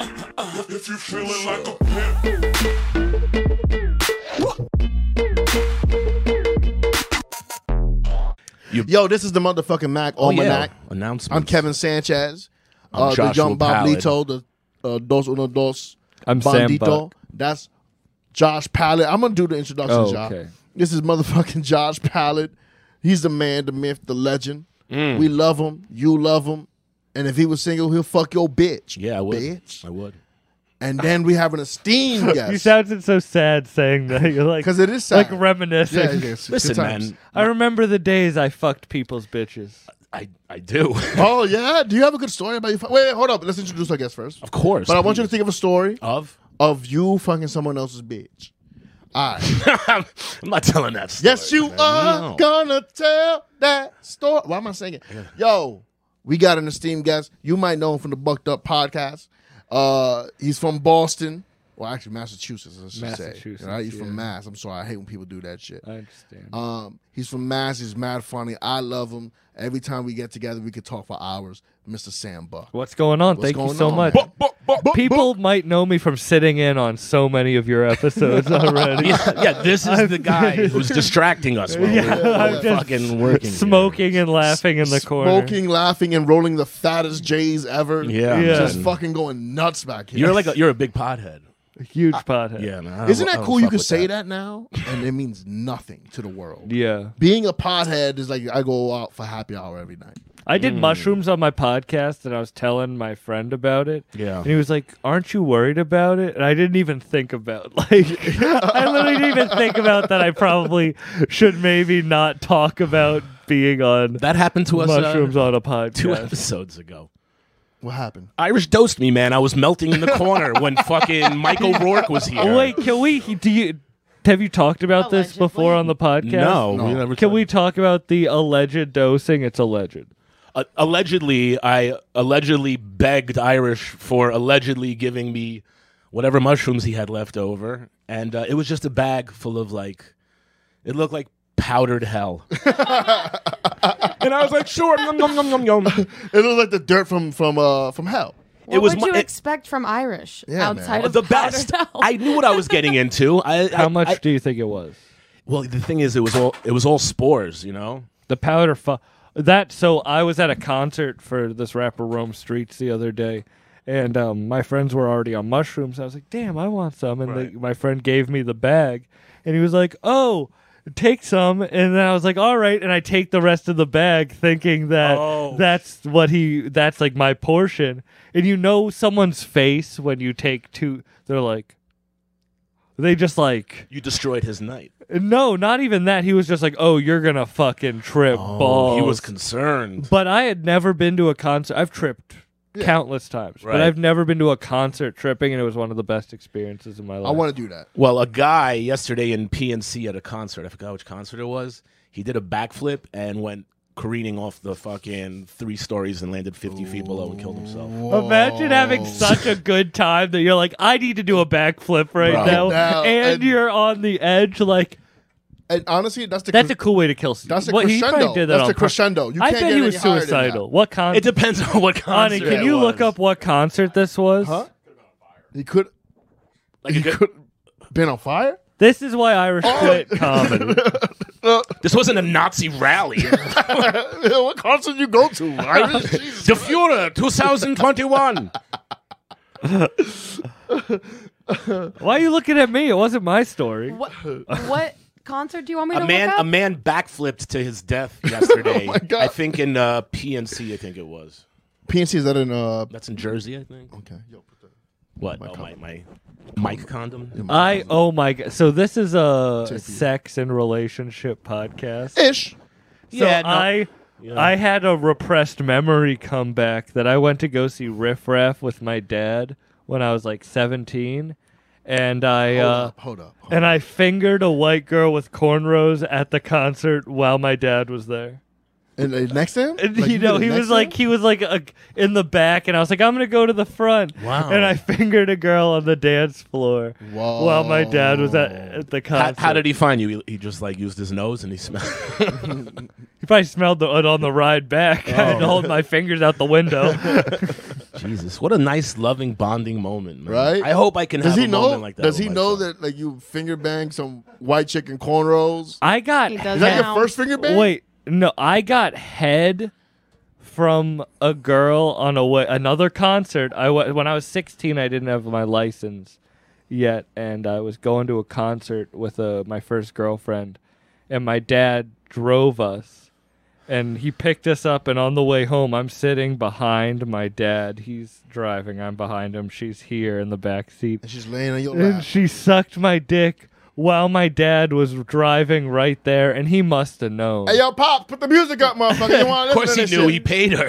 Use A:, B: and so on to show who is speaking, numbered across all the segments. A: pimp if you feeling like a pimp.
B: Yo, this is the motherfucking Mac Almanac.
C: Announcement.
B: I'm Kevin Sanchez.
C: I'm
B: uh, the
C: Joshua
B: young Bob
C: Pallad.
B: Lito, the uh, Dos Uno Dos.
D: I'm Sam
B: Bandito.
D: Buck.
B: That's Josh Pallet. I'm gonna do the introduction,
D: Oh,
B: y'all.
D: okay.
B: This is motherfucking Josh Pallet. He's the man, the myth, the legend. We love him. You love him. And if he was single, he'll fuck your bitch.
C: Yeah, I would.
B: Bitch.
C: I would.
B: And then we have an esteemed
E: You
B: guest.
E: sounded so sad saying that. You're like,
B: 'Cause it is
E: like
B: sad.
E: reminiscing.
B: Yeah, yeah, it's good
C: Listen,
B: times.
C: man.
D: I remember the days I fucked people's bitches.
C: I, I do.
B: Oh yeah. Do you have a good story about you? Wait, wait, hold up. Let's introduce our guest first.
C: of course.
B: But I want you to think of a story
C: Of?
B: of you fucking someone else's bitch. All right.
C: I'm not telling that story.
B: Yes, you
C: man.
B: are
C: No.
B: gonna tell that story. Why am I singing? Yo, we got an esteemed guest. You might know him from the Bucked Up podcast. Uh, he's from Boston. Well, actually, Massachusetts. I should
D: Massachusetts,
B: say. Right? He's
D: yeah.
B: from Mass. I'm sorry. I hate when people do that shit.
E: Uh,
D: I understand.
B: Um, he's from Mass. He's mad funny. I love him. Every time we get together, we could talk for hours. Mr. Sam Buck.
E: What's going on?
B: What's
E: Thank you
B: going
E: so
B: on,
E: much.
B: man?
E: People might know me from sitting in on so many of your episodes already.
C: yeah, yeah, this is the guy who's distracting us. While
E: Yeah,
C: we're, while
E: I'm
C: we're
E: just
C: fucking working. here.
E: Smoking and laughing in the corner.
B: Smoking, laughing, and rolling the fattest J's ever.
C: Yeah.
E: Yeah.
B: Just
C: man.
B: fucking going nuts back here.
C: You're like a, you're a big pothead.
E: Huge pothead.
C: Yeah, man. I don't-
B: Isn't
C: I
B: that
C: don't
B: cool? You
C: fuck
B: can
C: with
B: say that. now, and it means nothing to the world.
D: yeah.
B: Being a pothead is like I go out for happy hour every night.
E: I
C: Hmm.
E: did mushrooms on my podcast and I was telling my friend about it.
C: Yeah.
E: And he was like, Aren't you worried about it? And I didn't even think about like I literally didn't even think about that I probably should maybe not talk about being on
C: That happened to us uh,
E: mushrooms on a
C: two
E: podcast.
C: episodes ago.
B: What happened?
C: Irish dosed me, man. I was melting in the corner when fucking Michael Rourke was here.
E: Oh wait, can we do you have you talked about this
F: Allegedly.
E: before on the podcast?
C: no, we
B: No.
C: never
E: Can we talk about the alleged dosing? It's alleged.
C: uh, allegedly I allegedly begged Irish for allegedly giving me whatever mushrooms he had left over, and uh, it was just a bag full of like, it looked like powdered hell. and I was like, sure, yum, yum, yum, yum, yum.
B: It looked like the dirt from from uh from hell.
F: What
C: was
F: would
C: my-
F: you
C: it-
F: expect from Irish
B: Yeah,
F: outside
B: man.
F: of
C: the best.
F: powder hell?
C: I knew what I was getting into. I,
E: How
C: I-
E: much
C: I-
E: do you think it was?
C: well, the thing is, it was all it was all spores, you know.
E: The powder fu- that so I was at a concert for this rapper Rome Streets the other day and um, my friends were already on mushrooms. I was like, "Damn, I want some." And
C: Right.
E: the, my friend gave me the bag and he was like, "Oh, take some." And then I was like, "All right." And I take the rest of the bag thinking that
C: Oh.
E: that's what he that's like my portion. And you know someone's face when you take two they're like they just like
C: You destroyed his night.
E: No, not even that. He was just like, "Oh, you're gonna fucking trip balls."
C: Oh, he was concerned.
E: but I had never been to a concert. I've tripped countless times,
C: Right.
E: but I've never been to a concert tripping, and it was one of the best experiences in my life.
B: I want to do that.
C: Well, a guy yesterday in PNC at a concert, I forgot which concert it was, he did a backflip and went careening off the fucking three stories and landed 50 feet below and killed himself.
E: Imagine having
B: Oh.
E: such a good time that you're like, "I need to do a backflip right
C: Right
E: now,",
B: now,
E: and,
B: and-
E: you're on the edge. Like
B: And honestly, that's the
E: that's a cool way to kill.
B: that's a
E: what, He
B: crescendo.
E: probably did that
B: That's
E: on
B: a
E: pur-
B: crescendo. You
E: I
B: can't
E: bet
B: get
E: he
B: any
E: was
B: higher than that.
E: suicidal. What concert?
C: It depends on what concert.
E: Ani, can
C: it
E: you
C: was.
E: look up what concert this was?
B: Huh? He could
C: Like a
B: he
C: good-
B: could been on fire.
E: This is why Irish
B: Oh.
E: quit comedy.
C: this wasn't a Nazi rally. the
B: what concert you go to? Irish? Jesus.
C: Fuhrer 2021.
E: Why are you looking at me? It wasn't my story.
F: What, what concert do you want me to
C: A man
F: look
C: a
F: up?
C: man backflipped to his death yesterday.
B: my God.
C: I think in uh, PNC I think it was.
B: PNC is that in uh
C: That's in Jersey, I think.
B: okay. Yo, put that-
C: What? oh, my my mic condom.
E: I oh my god! So this is a
B: JP.
E: sex and relationship podcast.
B: Ish.
C: Yeah,
E: so
C: no-
E: I I had a repressed memory come back that I went to go see Riff Raff with my dad when I was like seventeen, and I
B: Hold
E: uh,
B: up, hold up. hold
E: and I fingered a white girl with cornrows at the concert while my dad was there.
B: up. And uh, next to him?
E: And
B: Like,
E: you know,
B: did
E: he
B: next
E: was
B: to
E: like
B: him?
E: he was like a, in the back, and I was like, I'm gonna go to the front.
C: Wow.
E: And I fingered a girl on the dance floor
B: Whoa.
E: while my dad was at, at the
C: How,
E: concert.
C: how did he find you? He, he just like used his nose and he smelled. Oh.
E: He probably smelled the, it on the ride back. I had to hold my fingers out the window.
C: Jesus, what a nice, loving, bonding moment, man.
B: Right?
C: I hope I can
B: Does
C: have
B: he
C: a
B: know?
C: moment like that.
B: does
C: with
B: he
C: my
B: know
C: son.
B: that like you finger bang some white chicken cornrows?
E: I got
F: He
B: Is
F: does
B: that your
F: now.
B: first finger bang?
E: Wait, no, I got head from a girl on a wa- another concert. I wa- when I was 16, I didn't have my license yet, and I was going to a concert with uh my first girlfriend, and my dad drove us, and he picked us up, and on the way home, I'm sitting behind my dad. He's driving, I'm behind him. She's here in the back seat,
B: And she's laying on your
E: and
B: lap.
E: she sucked my dick. While my dad was driving right there, and he must have known.
B: Hey yo, pops, put the music up, motherfucker. You want
C: Of course, he knew. He paid her.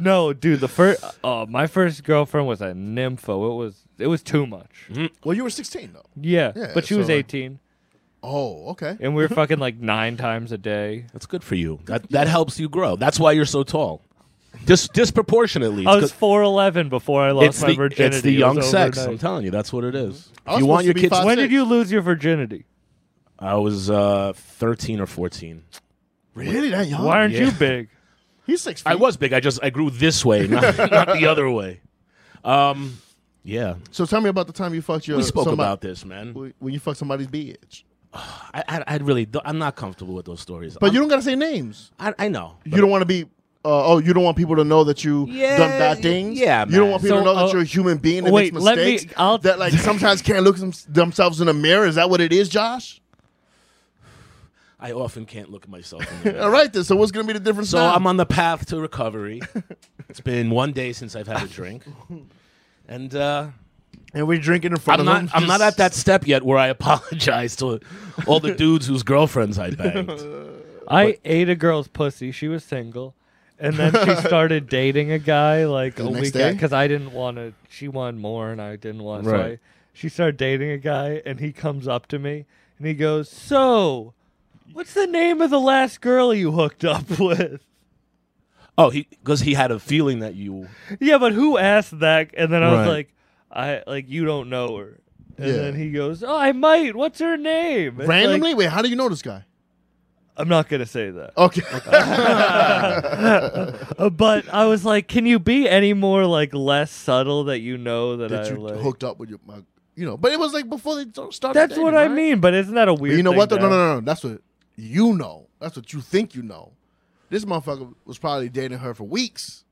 E: No, dude, the first uh, my first girlfriend was a nympho. It was it was too much.
C: Mm-hmm.
B: Well, you were 16 though.
E: Yeah,
B: Yeah,
E: but she
B: so,
E: was
B: like-
E: 18
B: Oh, okay.
E: and we were fucking like 9 times a day.
C: That's good for you. That that helps you grow. That's why you're so tall. Dis- disproportionately.
E: I
C: It's
E: was
C: 'cause-
E: 4'11 before I lost
C: it's
E: Oh, my
C: the,
E: virginity.
C: It's the
E: It
C: young
E: was
C: sex. I'm
E: overnight.
C: telling you, that's what it is.
B: I was
C: You want
B: supposed
C: your
B: to be
C: kids?
B: five-
E: When did you lose your virginity?
C: I was uh, 13 or 14.
B: Really that young?
E: Why aren't
C: yeah.
E: you big?
B: He's six feet.
C: I was big. I just I grew this way, not, not the other way. Um, yeah.
B: So tell me about the time you fucked your.
C: We spoke
B: somebody-
C: about this, man.
B: when when you fuck somebody's bitch.
C: I, I, I really don't, I'm not comfortable with those stories.
B: But
C: I'm-
B: you don't gotta say names.
C: I, I know.
B: You don't want to be. Uh, oh, you don't want people to know that you done bad things.
C: yeah,
B: you don't
C: man.
B: want people to
E: So,
B: know that
E: uh,
B: you're a human being that
E: wait,
B: makes
E: let me-
B: mistakes.
E: I'll-
B: that like sometimes can't look them- themselves in the mirror. Is that what it is, Josh?
C: I often can't look at myself. In the mirror.
B: All right, then. So what's gonna be the difference?
C: So
B: now?
C: I'm on the path to recovery. it's been one day since I've had a drink, and uh,
B: and we're drinking in front
C: I'm
B: of
C: not
B: them.
C: I'm not at that step yet where I apologize to all the dudes whose girlfriends I banged.
E: I ate a girl's pussy. She was single. And then she started dating a guy like
B: The
E: a
B: next
E: week
B: day?
E: because I didn't want to. She wanted more, and I didn't want. So
C: Right.
E: I, she started dating a guy, and he comes up to me, and he goes, "So, what's the name of the last girl you hooked up with?"
C: Oh, he because he had a feeling that you
E: Yeah, but who asked that? And then I was
C: Right.
E: like, "I like you don't know her." And
B: Yeah.
E: then he goes, "Oh, I might. What's her name?" It's like,
B: randomly. Wait, how do you know this guy?
E: I'm not gonna say that.
B: Okay.
E: Uh, but I was like, can you be any more like less subtle that you know that,
B: that
E: I
B: you
E: like?
B: hooked up with your, my, you know. But it was like before they started.
E: That's
B: dating,
E: what
B: right?
E: I mean. But isn't that a
B: But
E: weird?
B: you know
E: thing
B: what? Though?
E: to
B: No, no,
E: ask?
B: no, no. That's what you know. That's what you think you know. This motherfucker was probably dating her for weeks.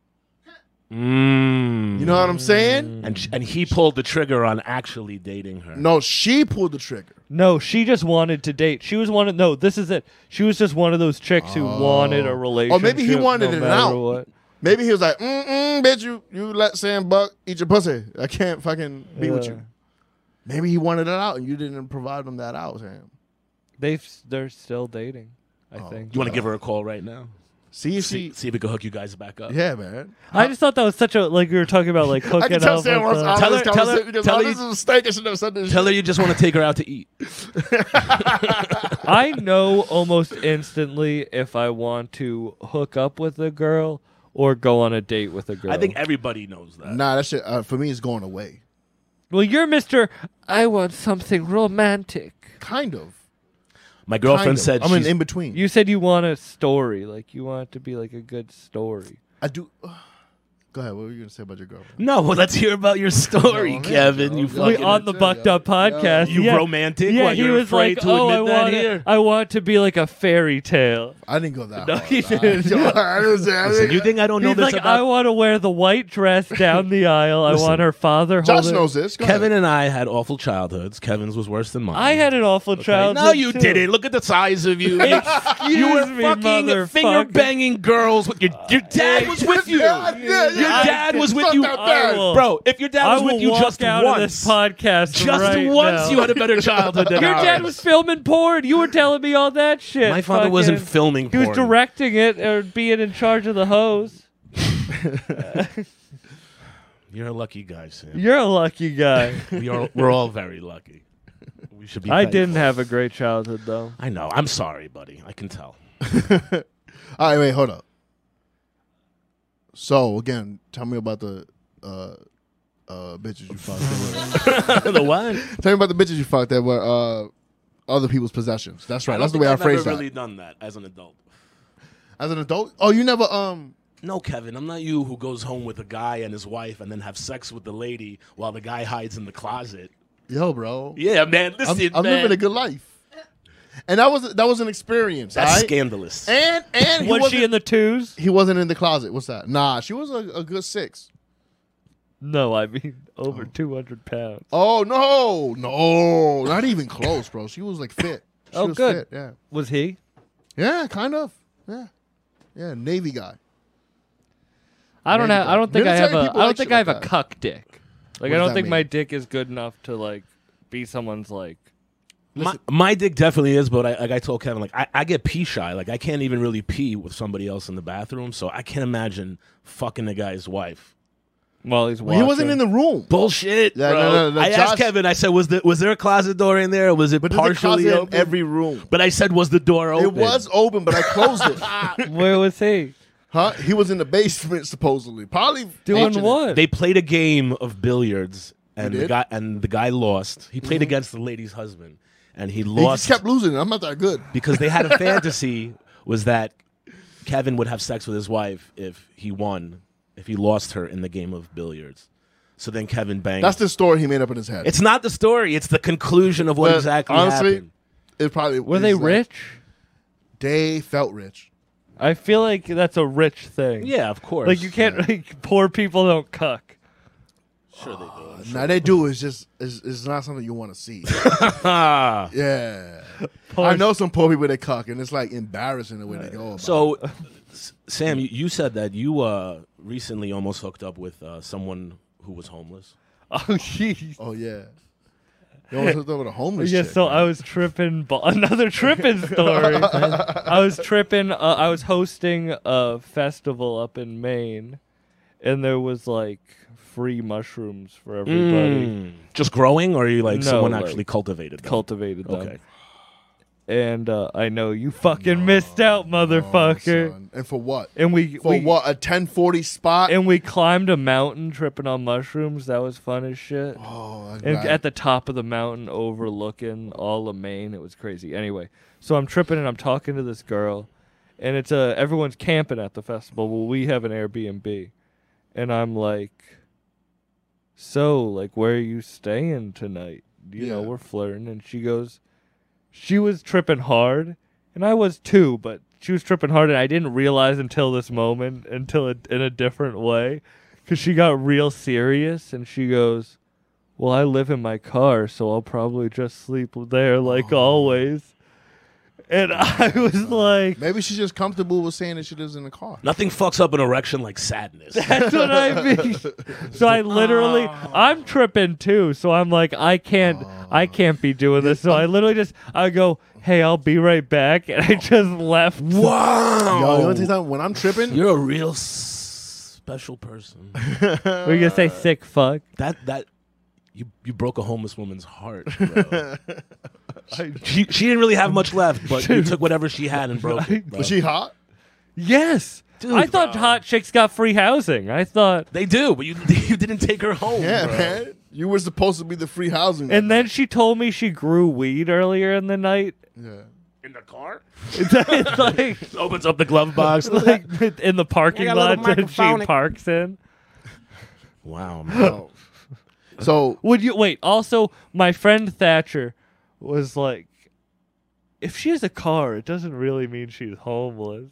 B: You know what I'm saying?
C: and sh- and he pulled the trigger on actually dating her.
B: No, she pulled the trigger.
E: No, she just wanted to date. She was one of no. This is it. She was just one of those chicks who wanted a relationship.
B: Oh. he wanted
E: no
B: it
E: matter
B: out.
E: What.
B: Maybe he was like, mm-mm, bitch, you you let Sam Buck eat your pussy. I can't fucking be with
E: Yeah.
B: you. Maybe he wanted it out and you didn't provide him that out, Sam.
E: They they're still dating. I
B: Oh.
E: think.
C: You want to give her a call right now?
B: See if
C: See,
B: she,
C: see if we can hook you guys back up.
B: yeah, man.
E: I just thought that was such a like we were talking about like hooking
B: I can tell
E: up
B: Sam
E: with,
B: was
E: uh,
B: out
C: Tell
B: of this
C: her- tell her-
B: conversation because
C: tell
B: oh,
C: her
B: this is
C: you-
B: a mistake. I should have said this.
C: Tell her you just want to take her out to eat.
E: I know almost instantly if I want to hook up with a girl or go on a date with a girl.
C: I think everybody knows that.
B: Nah, that shit uh, for me is going away.
E: Well, you're Mister. I want something romantic.
B: Kind of.
C: My girlfriend
B: kind of.
C: said
B: I'm
C: she's,
B: an in between.
E: You said you want a story, like you want it to be like a good story.
B: I do. Go ahead. What were you gonna say about your girlfriend?
C: No, well, let's hear about your story,
B: Oh, man,
C: Kevin.
B: bro.
C: You
B: We
C: fucking
E: on the Bucked Up podcast,
C: you
E: yeah.
C: romantic.
E: Yeah,
C: What,
E: he
C: you're
E: was
C: afraid
E: like,
C: to
E: "Oh, I
C: admit that
E: want,
C: here.
E: it, I want to be like a fairy tale."
B: I didn't go that.
E: No,
B: hard.
E: he didn't.
B: Yo, I didn't say- I
C: Listen,
B: didn't-
C: you think I don't know
E: He's
C: this
E: like, "I
C: about
E: want to wear the white dress down the aisle. I
C: Listen,
E: want her father."
B: Josh
E: holding-"
B: knows this. Go
C: Kevin
B: ahead.
C: and I had awful childhoods. Kevin's was worse than mine.
E: I had an awful childhood.
C: No, you
E: too.
C: didn't. Look at the size of you.
E: Excuse
C: you were
E: me,
C: fucking
E: motherfucker.
C: finger banging girls. With your your dad was with you.
E: Uh,
B: Yeah, yeah, yeah.
C: Your dad was with
B: Fuck
C: you,
B: that dad.
E: I will-
C: bro. If your dad
E: I
C: was
E: will
C: with you
E: walk
C: just
E: out
C: once,
E: of this podcast
C: just
E: right
C: once,
E: now.
C: you had a better childhood than
E: Your dad
C: ours.
E: was filming porn. You were telling me all that shit.
C: My father wasn't
E: Fucking-
C: filming.
E: He was
C: porn.
E: directing it or being in charge of the hose.
C: You're a lucky guy, Sam.
E: You're a lucky guy.
C: we are, we're all very lucky. We should be.
E: I
C: thankful.
E: didn't have a great childhood though.
C: I know. I'm sorry, buddy. I can tell.
B: All right, wait, hold up. So again, tell me about the uh, uh, bitches you fucked. That were,
C: the one.
B: tell me about the bitches you fucked that were uh, other people's possessions. That's right. That's the way I
C: have
B: phrased that.
C: really done that as an adult.
B: As an adult, oh, you never um
C: No, Kevin, I'm not you who goes home with a guy and his wife and then have sex with the lady while the guy hides in the closet.
B: Yo, bro.
C: Yeah, man,
B: I'm,
C: listen,
B: I'm
C: man.
B: living a good life. And that was that was an experience.
C: That's
B: all right?
C: scandalous.
B: And and he
E: Was she
B: wasn't,
E: in the twos?
B: he wasn't in the closet. What's that? Nah, she was a, a good six.
E: No, I mean over 200 pounds.
B: Oh no, no, not even close, bro. She was like fit. She
E: Oh,
B: was
E: good.
B: Fit. Yeah,
E: Was he?
B: yeah, kind of. Yeah, yeah, Navy guy.
E: I don't
B: Maybe
E: have.
B: not.
E: I don't think I
B: Military
E: have a. I
B: people
E: don't
B: like
E: think
B: shit
E: I have
B: like
E: a
B: that.
E: cuck dick. Like
B: What
E: I
B: does
E: don't
B: that
E: think my
B: mean?
E: dick is good enough to like be someone's like.
C: my, my dick definitely is, but I, like I told Kevin, like I, I get pee shy. Like I can't even really pee with somebody else in the bathroom, so I can't imagine fucking the guy's wife.
E: Well, he's
B: Well, he wasn't in the room.
C: Bullshit,
B: Yeah,
C: bro.
B: no, no, no,
C: I asked
B: Josh-
C: Kevin. I said, "Was the was there a closet door in there? Or was it
B: But there's a
C: partially
B: closet in
C: open?"
B: every room.
C: but I said, "Was the door open?"
B: It was open, but I closed it.
E: Where was he
B: huh? He was in the basement supposedly. Probably
E: doing?
B: ancient-
E: What?
C: They played a game of billiards, and the
B: did? Mm-hmm.
C: guy and the guy lost. He played against the lady's husband, and he
B: He
C: lost
B: just kept losing. it. I'm not that good.
C: because they had a fantasy was that Kevin would have sex with his wife if he won, if he lost her in the game of billiards. So then Kevin banged.
B: That's the story he made up in his head.
C: it's not the story; it's the conclusion of what
B: But
C: exactly
B: honestly,
C: happened.
B: It probably
E: Were they
B: it's like-
E: rich?
B: They felt rich.
E: I feel like that's a rich thing.
C: Yeah, of course.
E: Like you can't. Like poor people don't cuck.
B: Now they do. It's just it's, it's not something you want to see.
C: Ah.
B: yeah,
E: Poor-
B: I know some poor people that cuck, and it's like embarrassing the way they go. About it.
C: So, S- Sam, you, you said that you uh, recently almost hooked up with uh, someone who was homeless.
E: Oh jeez.
B: Oh yeah. They almost hooked up with a homeless
E: Yeah,
B: chick,
E: so
B: man.
E: I was tripping. Ba- Another tripping story. I was tripping. Uh, I was hosting a festival up in Maine, and there was like free mushrooms for everybody.
C: Mm. Just growing, or are you like
E: No,
C: someone
E: like-
C: actually cultivated? Them?
E: Cultivated them.
C: Okay.
E: And uh, I know you fucking missed out,
B: Oh,
E: motherfucker.
B: son. And for what?
E: and we,
B: For
E: we
B: what? A 1040 spot?
E: and we climbed a mountain tripping on mushrooms. That was fun as shit.
B: oh, I'm
E: And
B: glad.
E: at the top of the mountain overlooking all of Maine. It was crazy. Anyway, so I'm tripping and I'm talking to this girl, and it's uh, everyone's camping at the festival. Well, we have an Airbnb, and I'm like, so like, where are you staying tonight? You know,
B: Yeah.
E: we're flirting, and she goes, she was tripping hard, and I was too, but she was tripping hard, and I didn't realize until this moment, until it, in a different way, because she got real serious, and she goes. Well, I live in my car, so I'll probably just sleep there like always. And I was like,
B: Maybe she's just comfortable with saying that she lives in the car.
C: Nothing fucks up an erection like sadness.
E: that's what I mean. So I literally I'm tripping too, so I'm like I can't I can't be doing this. So I literally just I go, "Hey, I'll be right back." And I just left.
C: wow.
B: Yo, you wanna take time? When I'm tripping,
C: You're a real s- special person.
E: Were you going to say sick fuck?
C: that that you you broke a homeless woman's heart. Bro. she she didn't really have much left, but you took whatever she had and broke it. bro.
B: was she hot?
E: Yes. I thought hot chicks got free housing. I thought
C: They do, but you you didn't take her home.
B: Yeah,
C: bro.
B: man. You were supposed to be the free housing.
E: and then she told me she grew weed earlier in the night.
B: yeah.
C: In the car,
E: It's like
C: opens up the glove box.
E: like in the parking
C: I got a little
E: lot that
C: microphone.
E: she parks in.
C: wow, man.
B: So
E: Would you wait? Also, my friend Thatcher was like, if she has a car, it doesn't really mean she's homeless.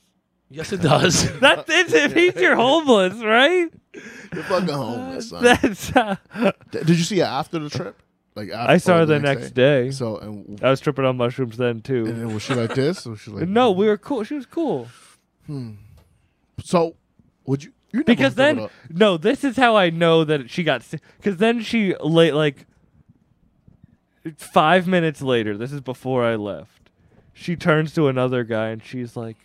C: yes, it does.
E: That it, it means you're homeless, right?
B: you're fucking homeless. Son.
E: That's. Uh,
B: Did you see her after the trip? Like after,
E: I saw
B: or
E: her the next day.
B: So and,
E: I was tripping on mushrooms then
B: and
E: too.
B: then was she like this? Or was she like
E: No, we were cool. She was cool.
B: So would you? you never hooked
E: because
B: up
E: then
B: with a-
E: no this is how i know that she got because then she late like five minutes later this is before i left she turns to another guy and she's like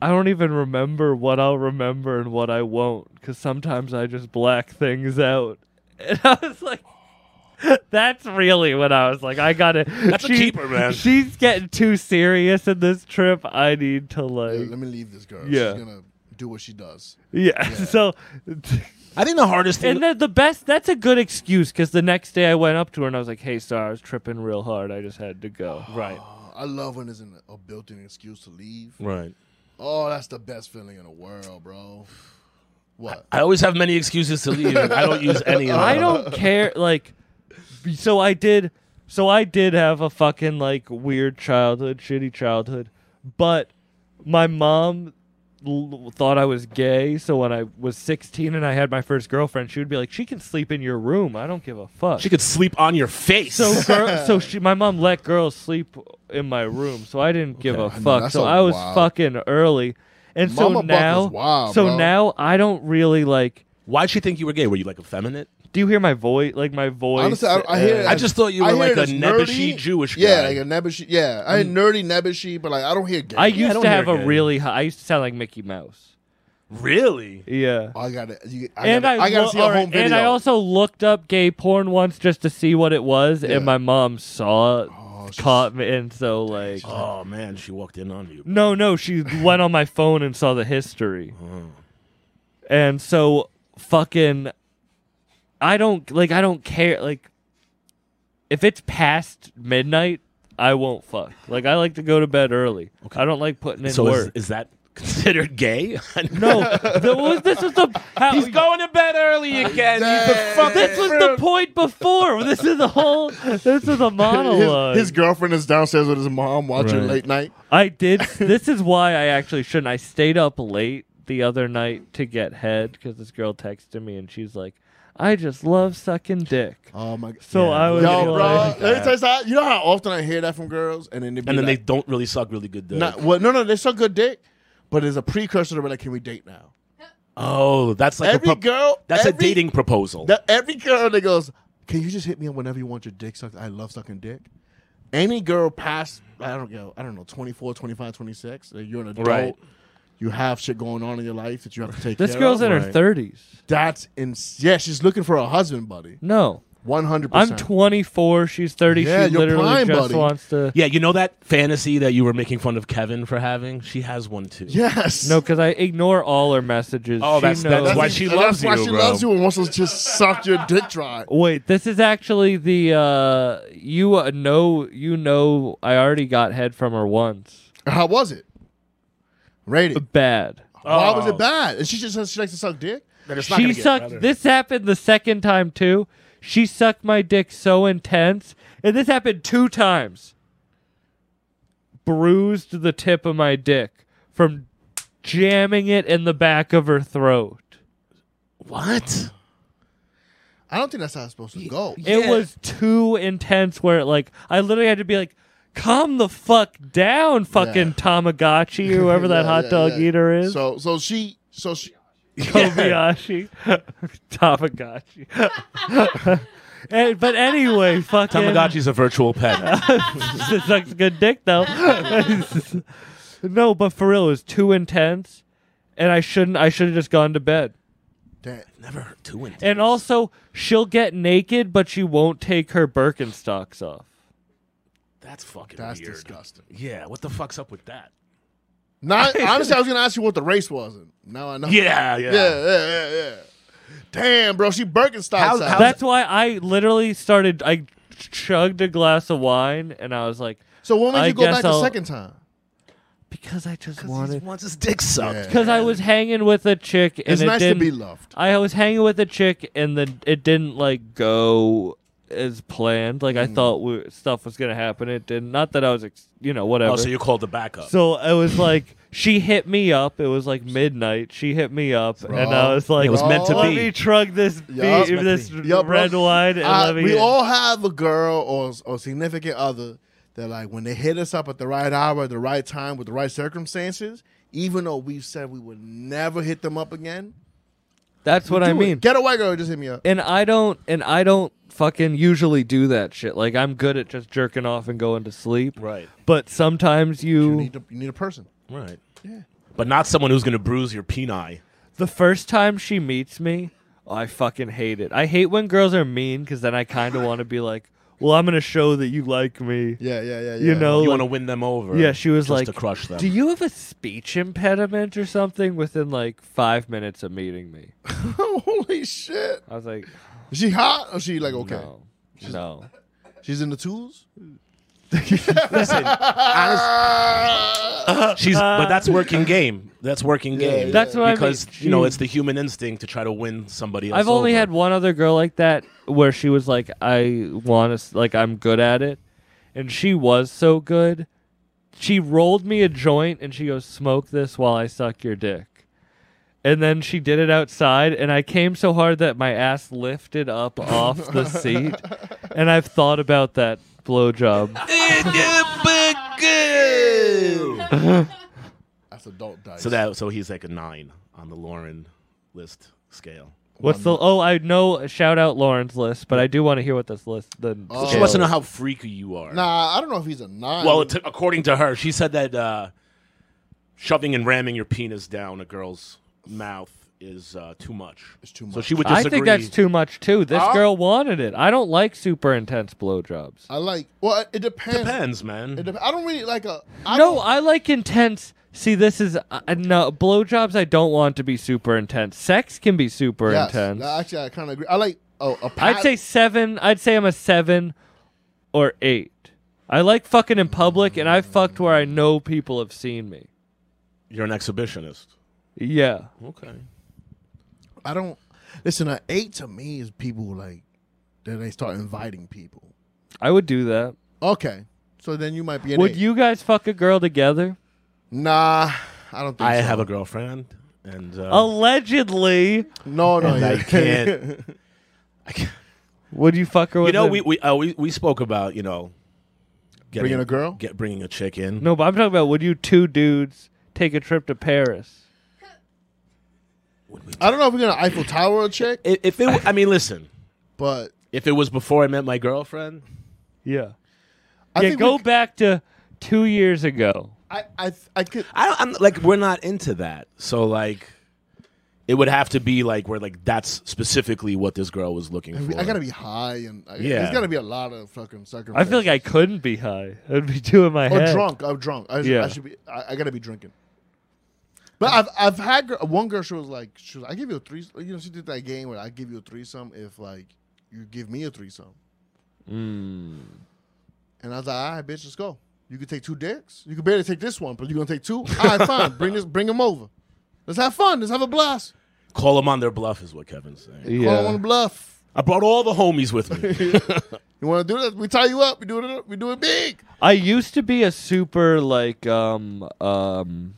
E: i don't even remember what i'll remember and what i won't because sometimes i just black things out and i was like that's really what I was like. I got it. That's
C: a keeper, man.
E: She's getting too serious in this trip. I need to like,
B: let me leave this girl.
E: Yeah.
B: She's gonna do what she does.
E: yeah. So
C: I think the hardest thing.
E: And the, the best, that's a good excuse because the next day I went up to her and I was like, hey, sorry, I was tripping real hard. I just had to go.
B: Uh,
C: right,
B: I love when there's an, a built-in excuse to leave.
C: right.
B: Oh, that's the best feeling in the world, bro. What?
C: I always have many excuses to leave. and I don't use any of them.
E: I don't care. Like, b- so I did. So I did have a fucking like weird childhood, shitty childhood. But my mom l- thought I was gay. So when I was 16 and I had my first girlfriend, she would be like, "She can sleep in your room. I don't give a fuck."
C: She could sleep on your face.
E: so girl, so she, my mom let girls sleep in my room. So I didn't give
B: I
E: a
B: know,
E: fuck.
B: that's
E: so
B: a
E: I was
B: wild-
E: fucking early. And
B: Mama
E: so
B: Buck is
E: now,
B: wild,
E: so
B: bro.
E: now I don't really like.
C: Why'd she think you were gay? Were you like effeminate?
E: Do you hear my voice? Like my voice.
B: Honestly, I, I hear. it
C: I
B: as-
C: just thought you were
B: I hear
C: like
B: it
C: a
B: as
C: nebbishy
B: nerdy.
C: Jewish
B: Yeah,
C: guy.
B: like a nebbishy. Yeah, I hear nerdy nebbishy, but like I don't hear gay.
E: Mm. I
B: I,
E: used
C: don't
E: to
C: hear
E: have a
C: good.
E: really high. I used to sound like Mickey Mouse.
C: Really?
E: Yeah.
B: Oh, I gotta. You, I
E: and
B: gotta,
E: I,
B: I, gotta
E: lo-
B: see a
E: alright,
B: home video.
E: and I also looked up gay porn once just to see what it was,
B: Yeah.
E: and my mom saw it,
B: Oh, she's-
E: caught me, and so like,
C: Oh man, she walked in on you.
E: no, no, she went on my phone and saw the history, and so fucking, I don't like, I don't care, like, if it's past midnight, I won't fuck. Like, I like to go to bed early. I don't like putting in
C: So
E: work.
C: is, is that considered gay?
E: No, the, was, this was the how,
C: He's going to bed early again. He's a fucking
E: This was the point before. This is the whole. This is a monologue.
B: His, his girlfriend is downstairs with his mom watching
E: Right.
B: late night.
E: I did. This is why I actually shouldn't. I stayed up late the other night to get head because this girl texted me and she's like, "I just love sucking dick."
B: Oh my god.
E: So I was
B: Yo, bro,
E: like,
B: let me tell you something. You know how often I hear that from girls, and then they be
C: and then they
B: like,
C: don't really suck really good dick.
B: not, well, no, no, they suck good dick, but there's a precursor to be like, can we date now?
C: oh, that's like
B: every
C: a pro-
B: girl,
C: that's
B: every,
C: a dating proposal.
B: that- every girl that goes, can you just hit me up whenever you want your dick sucked? I love sucking dick. Any girl past, I don't know, I don't know, 24, 25, 26, that you're an adult,
C: Right.
B: you have shit going on in your life that you have to take.
E: "This
B: care
E: girl's
B: of.
E: in her thirties.
B: That's ins- yeah, she's looking for a husband, buddy.
E: No,
B: One hundred
E: I'm
B: percent.
E: 24. She's 30.
B: Yeah,
E: she
B: you're
E: literally
B: prime,
E: just
B: buddy.
E: wants to."
C: yeah, you know that fantasy that you were making fun of Kevin for having? She has one too.
B: Yes.
E: No, because I ignore all her messages.
C: Oh,
E: She
C: that's- that's
E: knows-
C: why she
B: and
C: loves
B: that's
C: you,
B: Why she
C: bro.
B: loves you and wants to just suck your dick dry.
E: Wait, this is actually the uh you uh, know you know I already got head from her once.
B: How was it? Rated.
E: Bad.
B: Why
C: Oh.
B: was it bad? And she just says she likes to suck dick.
C: That it's not
E: She
C: gonna get
E: sucked
C: better.
E: this happened the second time too. She sucked my dick so intense. And this happened two times. Bruised the tip of my dick from jamming it in the back of her throat.
C: What?
B: I don't think that's how it's supposed to go.
E: It was too intense where it like I literally had to be like, calm the fuck down, fucking
B: Yeah.
E: Tamagotchi or whoever that
B: Yeah,
E: hot
B: yeah,
E: dog
B: yeah.
E: eater is.
B: So so she so she
E: Kobayashi. Tamagotchi. And- but anyway, fucking
C: Tamagotchi's a virtual pet.
E: it sucks good dick though. no, but for real, it was too intense. And I shouldn't I should have just gone to bed.
B: that,
C: Never too intense.
E: And also, she'll get naked, but she won't take her Birkenstocks off.
C: that's fucking
B: that's
C: weird.
B: disgusting.
C: Yeah, what the fuck's up with that?
B: Not honestly, I was gonna ask you what the race was. And now I know.
C: Yeah, yeah.
B: yeah, yeah, yeah, yeah. Damn, bro, she Birkenstocks.
C: How-
B: out.
C: how-
E: That's why I literally started. I chugged a glass of wine, and I was like,
B: so when did
E: I
B: you go back
E: guess I'll-
B: the second time?
E: because I just
C: He
E: wanted.
C: wants his dick sucked.
E: Because I was hanging with a chick, and
B: It's
E: it
B: nice to
E: didn't.
B: be loved.
E: I was hanging with a chick, and then it didn't like go as planned. Like I thought we, stuff was gonna happen. It didn't. Not that I was, ex- you know, whatever.
C: Oh, so you called the backup.
E: So it was like she hit me up. It was like midnight. She hit me up, and I was like,
C: it was meant to
E: "Let
C: be.
E: me trug this
B: Yeah.
E: be- this
B: Yo, bro,
E: red wine and
B: I-
E: let me."
B: we all have a girl or or significant other that like when they hit us up at the right hour, at the right time, with the right circumstances. Even though we've said we would never hit them up again,
E: That's what I
B: do it.
E: mean.
B: get away, girl. Just hit me up.
E: and I don't and I don't fucking usually do that shit. Like I'm good at just jerking off and going to sleep.
C: Right.
E: But sometimes
B: You
E: you,
B: need, a, you need a person.
C: Right. Yeah. But not someone who's going to bruise your peni.
E: the first time she meets me, I fucking hate it. I hate when girls are mean cuz then I kind of want to be like, "Well, I'm going to show that you like me."
B: Yeah, yeah, yeah.
E: You
B: yeah.
E: know,
C: You
E: like-
C: want to win them over.
E: Yeah, she was
C: just
E: like
C: to crush them.
E: Do you have a speech impediment or something within like 5 minutes of meeting me?
B: holy shit.
E: I was like, "Oh,
B: Is she hot or she like okay?
E: "No." No.
B: She's in the tools.
C: Listen, honest- she's but that's working game. That's working game.
E: That's what I mean.
C: because you know
E: Jeez.
C: it's the human instinct to try to win somebody. else
E: I've only
C: over.
E: had one other girl like that where she was like, I want to, like, I'm good at it. And she was so good. She rolled me a joint and she goes, Smoke this while I suck your dick. And then she did it outside, and I came so hard that my ass lifted up off the seat. And I've thought about that blowjob.
B: That's adult dice.
C: so that so he's like a nine on the Lauren list scale.
E: What's the? Oh, I know. Shout out Lauren's list, but I do want to hear what this list. The
B: Oh.
C: She
E: scale
C: wants to
E: is.
C: know how freaky you are.
B: Nah, I don't know if he's a nine.
C: Well, t- according to her, she said that uh, shoving and ramming your penis down a girl's mouth is uh, too much.
B: It's too
C: So
B: much.
C: she would
E: I
C: disagree.
E: think that's too much too. This
B: Huh?
E: girl wanted it. I don't like super intense blowjobs.
B: I like. Well, it depends.
C: Depends, man.
B: It dep- I don't really like a. I
E: no,
B: don't-
E: I like intense. See, this is uh, no blowjobs. I don't want to be super intense. Sex can be super
B: yes,
E: intense.
B: no, Actually, I kind of agree. I like. Oh, a pat-
E: I'd say seven. I'd say I'm a seven or eight. I like fucking in public, and I've fucked where I know people have seen me.
C: You're an exhibitionist.
E: Yeah.
C: Okay.
B: I don't. Listen, an eight to me is people like. Then they start inviting people.
E: I would do that.
B: Okay, so then you might be. An
E: Would
B: eight.
E: you guys fuck a girl together?
B: Nah, I don't think
C: I
B: so.
C: have a girlfriend, and uh,
E: Oh, Allegedly,
B: No, no,
C: and I
B: yeah.
C: can't. I can't.
E: would you fuck her with?
C: You know,
E: him?
C: we we, uh, we we spoke about you know getting,
B: Bringing a girl?
C: get bringing a chick in.
E: No, but I'm talking about would you two dudes take a trip to Paris?
B: I don't know if we're gonna Eiffel Tower a chick,
C: I- If it, w- I mean, listen.
B: but
C: If it was before I met my girlfriend,
E: Yeah.
B: I
E: yeah.
B: think
E: Go
B: we,
E: back to two years ago.
B: I, I, I could.
C: I don't, I'm like we're not into that. So like, it would have to be like where like that's specifically what this girl was looking for.
B: I gotta be high, and I,
C: Yeah.
B: there's gotta be a lot of fucking sucker.
E: I feel like I couldn't be high. I'd be doing my
B: or
E: head.
B: Oh, drunk. I'm drunk. I, yeah.
E: Yeah.
B: I should be. I, I gotta be drinking. But I've I've had gir- one girl. She was like, she was, I give you a three. You know, she did that game where I give you a threesome if like you give me a threesome. And I was like, all right, bitch, let's go. You could take two dicks. You could barely take this one, but you're gonna take two. All right, fine. Bring this. Bring them over. Let's have fun. Let's have a blast.
C: Call them on their bluff is what Kevin's saying.
B: Yeah. Call on the bluff.
C: I brought all the homies with me.
B: You want to do this? We tie you up. We do it. We do it big.
E: I used to be a super like um um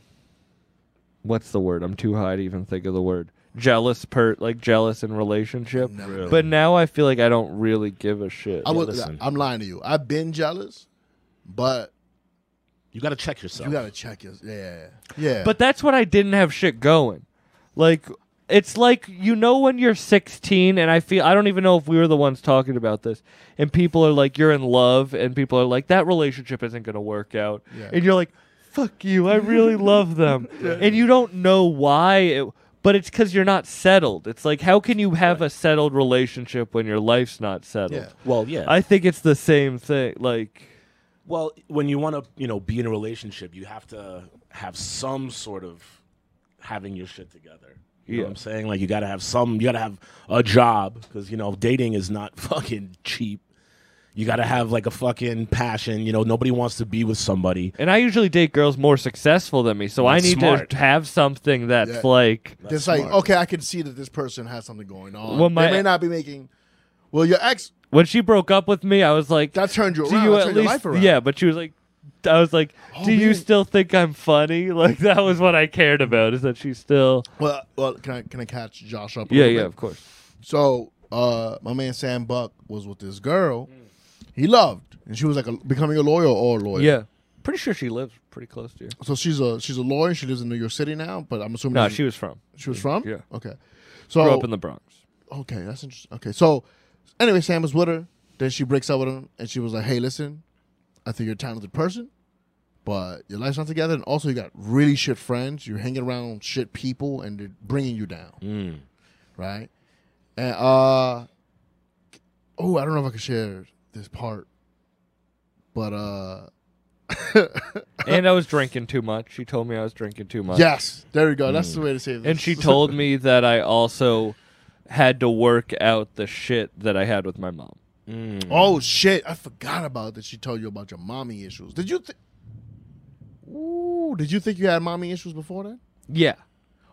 E: what's the word? I'm too high to even think of the word. Jealous per like jealous in relationship. But now I feel like I don't really give a shit.
B: I was.
C: listen.
B: I'm lying to you. I've been jealous, but
C: you got to check yourself.
B: you gotta check your. Yeah, yeah.
E: But that's when I didn't have shit going. Like it's like you know when you're 16 and I feel I don't even know if we were the ones talking about this and people are like you're in love and people are like that relationship isn't going to work out.
B: Yeah.
E: And you're like fuck you, I really love them. And you don't know why it but it's because you're not settled. It's like, how can you have a settled relationship when your life's not settled?
B: Yeah.
C: well, yeah.
E: I think it's the same thing. Like,
C: well, when you want to, you know, be in a relationship, you have to have some sort of having your shit together. You know
E: Yeah.
C: what I'm saying? Like you got to have some. You got to have a job because you know dating is not fucking cheap. You got to have like a fucking passion. You know, nobody wants to be with somebody
E: and I usually date girls more successful than me, so
C: That's
E: I need
C: smart.
E: to have something that's
B: Yeah.
E: like
B: it's
C: That's
B: like
C: smart.
B: okay, I can see that this person has something going on.
E: Well,
B: they
E: my-
B: may not be making. Well, your ex
E: when she broke up with me, I was like,
B: that turned you
E: "Do
B: around.
E: you
B: that
E: at
B: turned your
E: least?"
B: life around. Oh,
E: Yeah, but she was like, "I was like, do you
B: man.
E: still think I'm funny?" Like that was what I cared about is that she still.
B: Well, well, can I can I catch Josh up? a
E: Yeah,
B: little
E: yeah,
B: bit?
E: of course.
B: So, uh, my man Sam Buck was with this girl. He loved, and she was like a, becoming a lawyer or a lawyer.
E: Yeah, pretty sure she lives pretty close to you.
B: So she's a she's a lawyer. She lives in New York City now, but I'm assuming
E: No,
B: she's-
E: she was from.
B: she was from.
E: Yeah.
B: Okay. So
E: Grew up in the Bronx.
B: Okay, that's interesting. Okay, so anyway, Sam was with her. Then she breaks up with him, and she was like, "Hey, listen, I think you're a talented person, but your life's not together, and also you got really shit friends. You're hanging around shit people, and they're bringing you down, right?" And uh, oh, I don't know if I can share this part, but uh,
E: and I was drinking too much. She told me I was drinking too much.
B: yes, there we go. That's the way to say this.
E: and she told me that I also had to work out the shit that I had with my mom. Mm-hmm.
B: Oh shit! I forgot about that. She told you about your mommy issues. Did you? Th- Ooh, did you think you had mommy issues before that?
E: Yeah.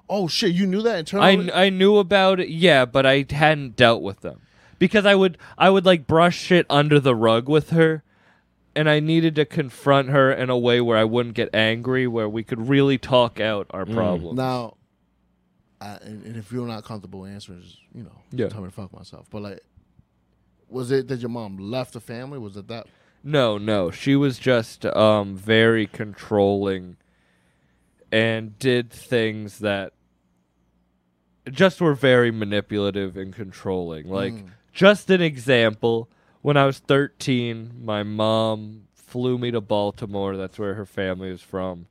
B: Oh shit! You knew that
E: I,
B: internally.
E: kn- I knew about it, yeah, but I hadn't dealt with them because I would I would like brush shit under the rug with her, and I needed to confront her in a way where I wouldn't get angry, where we could really talk out our problems.
B: now, I, and, and if you're not comfortable answering, just you know,
E: Yeah.
B: tell me to fuck myself. But like, was it that your mom left the family? Was it that?
E: No, no, she was just um very controlling, and did things that just were very manipulative and
B: Mm.
E: controlling. Like just an example, when I was 13, my mom flew me to Baltimore, that's where her family is from,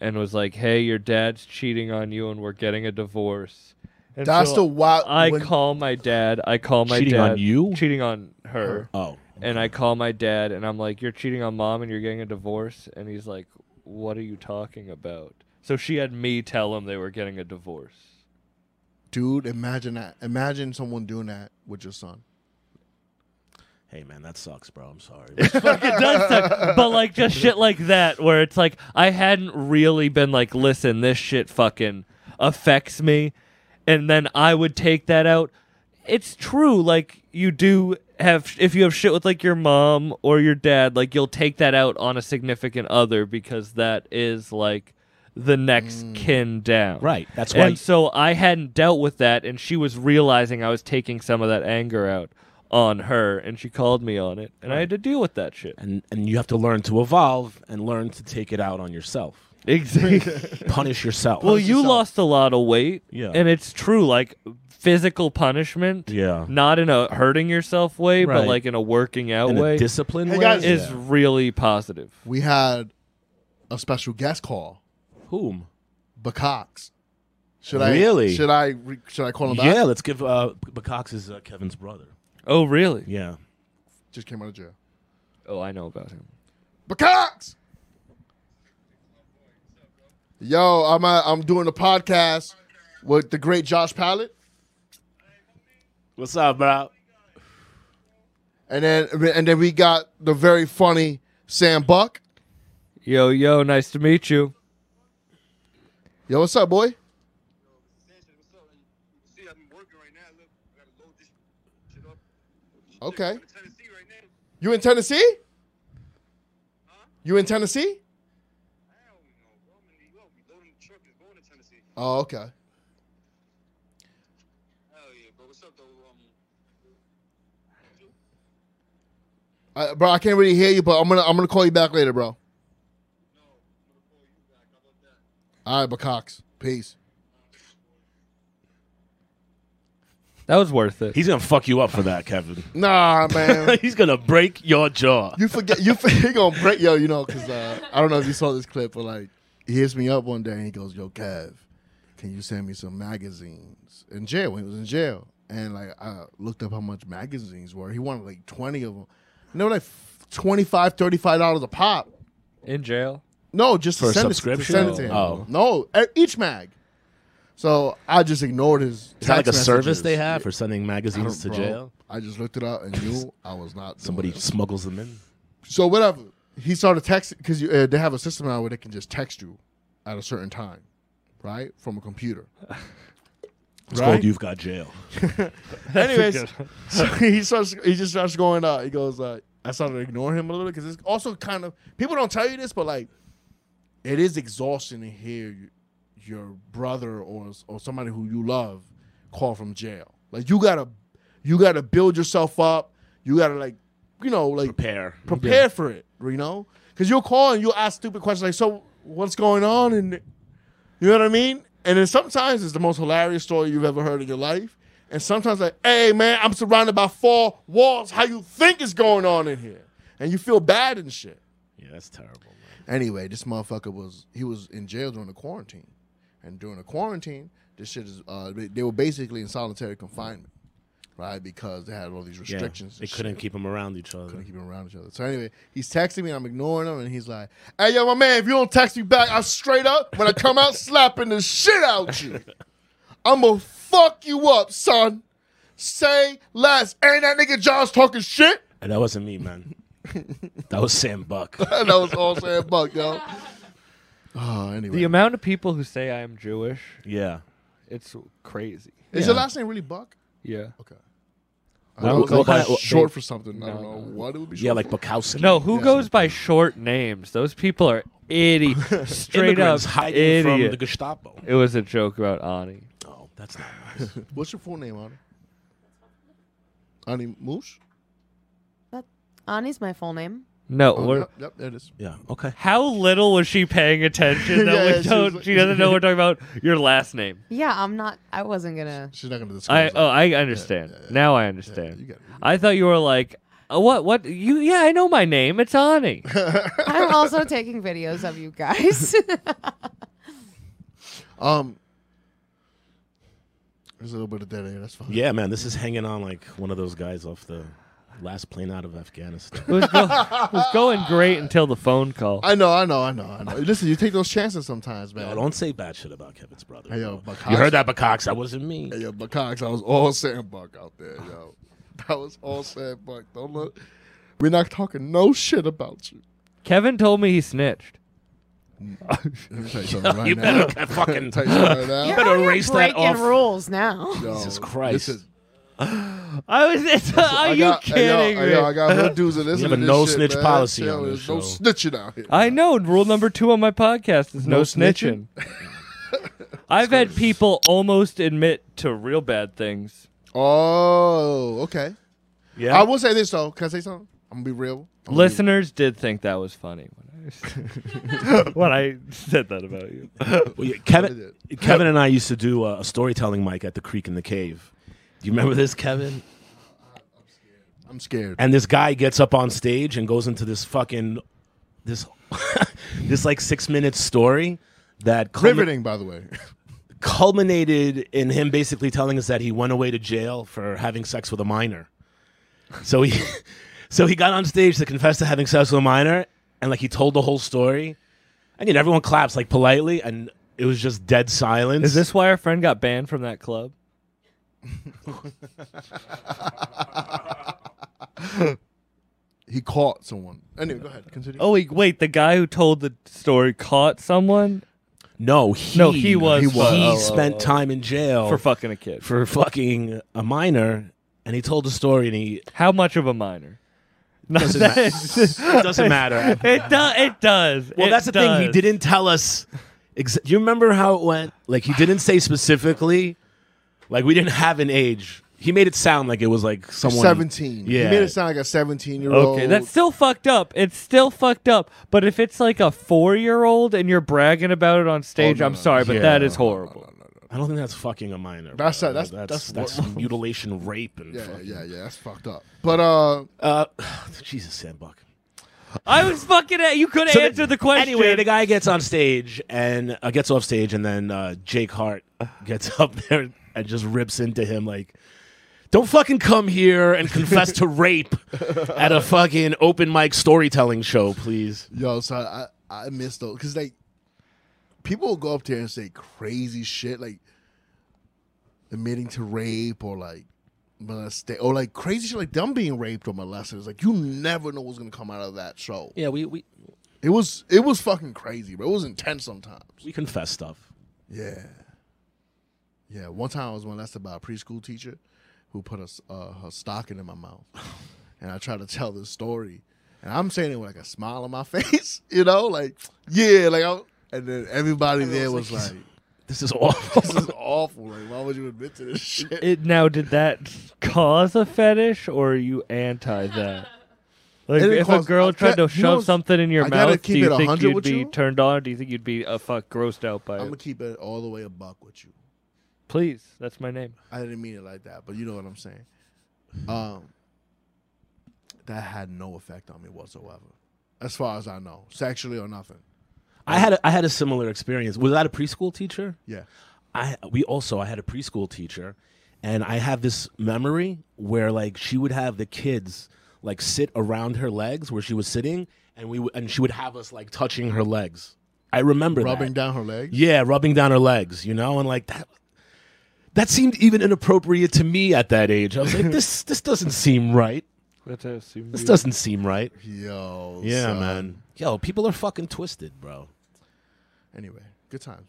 E: and was like, "Hey, your dad's cheating on you and we're getting a divorce." And
B: That's
E: so
B: the wild.
E: I
B: when-
E: call my dad. I call my
C: Cheating
E: dad
C: on you?
E: cheating on her
C: Oh.
E: and I call my dad and I'm like, "You're cheating on mom and you're getting a divorce." And he's like, "What are you talking about?" So she had me tell him they were getting a divorce.
B: dude. Imagine that. Imagine someone doing that with your son.
C: Hey man, that sucks, bro. I'm sorry.
E: Like, it does suck, but like just shit like that where it's like I hadn't really been like, "Listen, this shit fucking affects me." And then I would take that out. It's true like you do have if you have shit with like your mom or your dad, like you'll take that out on a significant other because that is like the next kin down.
C: Mm. right. That's why.
E: And so I hadn't dealt with that, and she was realizing I was taking some of that anger out on her, and she called me on it, and I had to deal with that shit.
C: and and you have to learn to evolve and learn to take it out on yourself.
E: Exactly.
C: Punish yourself.
E: well, you lost a lot of weight,
C: Yeah.
E: and it's true. Like physical punishment,
C: Yeah.
E: not in a hurting yourself way,
C: Right.
E: but like in a working out
C: in
E: way,
C: a discipline
B: Hey,
C: way
B: guys-
E: is really positive.
B: We had a special guest call,
C: whom?
B: Bacox. Should I
C: Really?
B: Should I re- should I call him back?
C: Yeah, let's give uh Bacox is uh, Kevin's brother.
E: Oh, really?
C: Yeah.
B: Just came out of jail.
E: Oh, I know about him.
B: Bacox. Yo, I'm uh, I'm doing a podcast with the great Josh Pallet,
C: What's up, bro?
B: and then and then we got the very funny Sam Buck.
E: Yo, yo, nice to meet you.
B: Yo, what's up, boy?
G: What's up? You see, I'm working right now. Look, I gotta load this shit up.
B: Okay,
G: I'm in Tennessee right now.
B: you in Tennessee? You in Tennessee?
G: I don't know, bro. I'm in New York. We loading the truck and going to Tennessee.
B: Oh, okay.
G: Hell yeah, bro. What's up, though? Um,
B: Uh, bro, I can't really hear you, but I'm gonna I'm gonna call you back later, bro. All right, Bacox. Peace.
E: That was worth it.
C: He's gonna fuck you up for that, Kevin.
B: Nah, man.
C: He's gonna break your jaw.
B: You forget you for- he gonna break yo, you know, cause uh, I don't know if you saw this clip, but like he hits me up one day and he goes, Yo, Kev, can you send me some magazines? In jail, when he was in jail. And like I looked up how much magazines were. He wanted like twenty of them. And they were like 25 35 dollars a pop.
E: In jail.
B: No, just
C: For
B: to
C: a
B: send
C: subscription?
B: It, to send it to him.
C: Oh.
B: No, e- each mag. So I just ignored his.
C: Is that like a
B: text
C: service
B: messages.
C: they have for sending
B: I don't-
C: magazines to
B: bro,
C: jail?
B: I just looked it up and knew I was not doing
C: Somebody
B: it.
C: smuggles them in.
B: So whatever. He started texting because uh, they have a system now where they can just text you at a certain time, right, from a computer.
C: It's
B: Right?
C: called You've Got Jail.
B: Anyways, so he starts. He just starts going. Uh, he goes. Uh, I started ignoring him a little bit because it's also kind of people don't tell you this, but like, it is exhausting to hear y- your brother or or somebody who you love call from jail. Like you gotta, you gotta build yourself up. You gotta like, you know, like
C: Prepare.
B: prepare for it, you know? Because you'll call and you'll ask stupid questions like, so what's going on? And you know what I mean? And then sometimes it's the most hilarious story you've ever heard in your life. And sometimes like, hey man, I'm surrounded by four walls. How you think is going on in here? And you feel bad and shit.
C: Yeah, that's terrible. Man.
B: Anyway, this motherfucker was he was in jail during the quarantine, and during the quarantine, this shit is uh, they, they were basically in solitary confinement, right? Because they had all these
C: Yeah,
B: restrictions.
C: they
B: and
C: couldn't
B: shit
C: keep them around each other.
B: couldn't keep him around each other. So anyway, he's texting me and I'm ignoring him, and he's like, "Hey, yo, my man, if you don't text me back, I straight up when I come out slapping the shit out you. I'ma fuck you up, son. say less. Ain't that nigga Josh talking shit?
C: And that wasn't me, man. that was Sam Buck.
B: that was all Sam Buck, yo. Oh, anyway.
E: The amount of people who say I am Jewish,
C: Yeah.
E: it's crazy.
B: Is your last name really Buck?
E: Yeah.
B: Okay.
C: Well,
B: I was
C: well,
B: like,
C: kind of-
B: it's short for something. I
E: No,
B: don't know
E: no.
B: what it would be. Short
C: Yeah, like Bukowski.
E: No, who
B: Yeah.
E: goes by short names? Those people are idiots. Straight up
C: Immigrants hiding from the
E: idiot.
C: Gestapo.
E: it was a joke about Ani.
C: Oh, that's not nice.
B: for. What's your full name, Ani? Ani Moosh?
F: That Ani's my full name.
E: No,
B: Oh,
E: we're,
B: yep, yep, there it is.
C: Yeah. Okay.
E: how little was she paying attention that
B: Yeah, yeah,
E: we
B: she
E: don't?
B: was-
E: she doesn't know we're talking about your last name.
F: Yeah, I'm not. I wasn't gonna.
B: She's not going to
E: I
B: discuss
E: oh I understand now. I understand.
B: you got it.
E: I thought you were like "Oh, what what you yeah I know my name. It's Ani.
F: I'm also taking videos of you guys.
B: Um, there's a little bit of dead air. That's fine.
C: Yeah, man. This is hanging on like one of those guys off the last plane out of Afghanistan.
E: It was, go- it was going great until the phone call.
B: I know, I know, I know, I know. Listen, you take those chances sometimes, man.
C: No, don't say bad shit about Kevin's brother.
B: Hey, yo,
C: bro.
B: Buck
C: you
B: Hodges.
C: heard that, Bacox. That wasn't me.
B: Hey, yo, but Cox, I was all Sam Buck out there, yo. That was all Sam Buck. Don't look. We're not talking no shit about you.
E: Kevin told me he snitched.
B: Let me tell you something right
C: you
B: now.
C: better fucking.
B: Tell you something right now.
F: You're
C: better
F: out here
C: erase that
F: breaking
C: off.
F: rules now.
B: Yo,
C: Jesus Christ.
B: this is-
E: I was. It's, are
B: I
E: you
B: got- hey, yo,
E: kidding
B: hey,
E: me?
B: yo, I got more dudes in this.
C: We have a
B: than this
C: no
B: shit,
C: snitch
B: man.
C: policy
B: Yo,
C: on
B: There's
C: this
B: no
C: show.
B: snitching out here.
E: I know. Rule number two on my podcast is no,
B: No
E: snitching.
B: snitching?
E: I've had people almost admit to real bad things.
B: Oh, okay.
C: Yeah.
B: I will say this though. Can I say something? I'm gonna be real. I'm gonna be-
E: Listeners did think that was funny when I, when I said that about you.
C: Well, yeah, Kevin, Kevin and I used to do uh, a storytelling mic at the Creek in the Cave. Do you remember this, Kevin?
B: I'm scared.
C: And this guy gets up on stage and goes into this fucking this this like six minute story that culmi-
B: Riveting, by the way.
C: culminated in him basically telling us that he went away to jail for having sex with a minor. So he so he got on stage to confess to having sex with a minor and like he told the whole story. And you know, everyone claps like politely and it was just dead silence.
E: Is this why our friend got banned from that club?
B: He caught someone. Anyway, go ahead. Continue.
E: Oh wait, wait, the guy who told the story caught someone
C: No, he
E: No, he was
C: he,
E: fucked. Oh, oh,
C: spent
E: oh.
C: time in jail
E: for fucking a kid.
C: for fucking a minor, and he told the story, and he
E: How much of a minor? No,
C: doesn't, ma-
E: that's-
C: it doesn't matter.
E: it does. It does.
C: Well,
E: It
C: that's the thing. He
E: does.
C: didn't tell us. Ex- do you remember how it went? Like he didn't say specifically. Like we didn't have an age. He made it sound like it was like someone
B: Seventeen.
C: Yeah,
B: He made it sound like a seventeen-year-old.
E: Okay, that's still fucked up. It's still fucked up. But if it's like a four-year-old and you're bragging about it on stage,
B: no,
E: I'm
B: no,
E: sorry, but
C: yeah.
E: that is horrible.
C: I don't think that's fucking a minor.
B: That's-
C: bro.
B: that's-
C: that's
B: that's-
C: that's mutilation, rape, and
B: Yeah,
C: fucking-
B: yeah, yeah. That's fucked up. But uh,
C: Uh, Jesus, Sam Buck.
E: I was fucking. At, you could
C: So the-
E: answer the question.
C: Anyway, the guy gets on stage and uh, gets off stage, and then uh, Jake Hart gets up there and just rips into him like, "Don't fucking come here and confess to rape at a fucking open mic storytelling show, please."
B: yo, so I I miss those because like people will go up there and say crazy shit like admitting to rape or like molestation or like crazy shit like them being raped or molested. It's like you never know what's gonna come out of that show.
C: Yeah, we we
B: It was it was fucking crazy, bro. It was intense sometimes.
C: we confess stuff.
B: Yeah. Yeah. One time I was molested by a preschool teacher who put a, s- uh, her stocking in my mouth. and I tried to tell this story. And I'm saying it with like a smile on my face, you know, like, yeah, like, I, and then everybody there was like,
C: This is awful.
B: this is awful. Like, why would you admit to this shit?
E: It, now, did that cause a fetish, or are you anti that? Like,
B: It didn't
E: if
B: cause-
E: a girl
B: uh,
E: tried
B: you
E: to
B: know
E: shove
B: what's-
E: something in your
B: I gotta
E: mouth, do
B: keep it
E: you
B: 100
E: think you'd
B: with
E: be
B: you.
E: turned on, or do you think you'd be a fuck grossed out by
B: I'm going to
E: it?
B: keep it all the way a buck with you.
E: Please, that's my name.
B: I didn't mean it like that, but you know what I'm saying. Um, that had no effect on me whatsoever, as far as I know, sexually or nothing.
C: I had a, I had a similar experience. Was that a preschool teacher?
B: Yeah.
C: I we also I had a preschool teacher, and I have this memory where like she would have the kids like sit around her legs where she was sitting, and we would and she would have us like touching her legs. I remember
B: Rubbing
C: that.
B: down her legs.
C: yeah, rubbing down her legs, you know, and like that. that seemed even inappropriate to me at that age. I was like, this this doesn't seem right. This doesn't seem right.
B: Yo.
C: Yeah,
B: son.
C: man. uh, Yo, people are fucking twisted, bro.
B: Anyway, good times.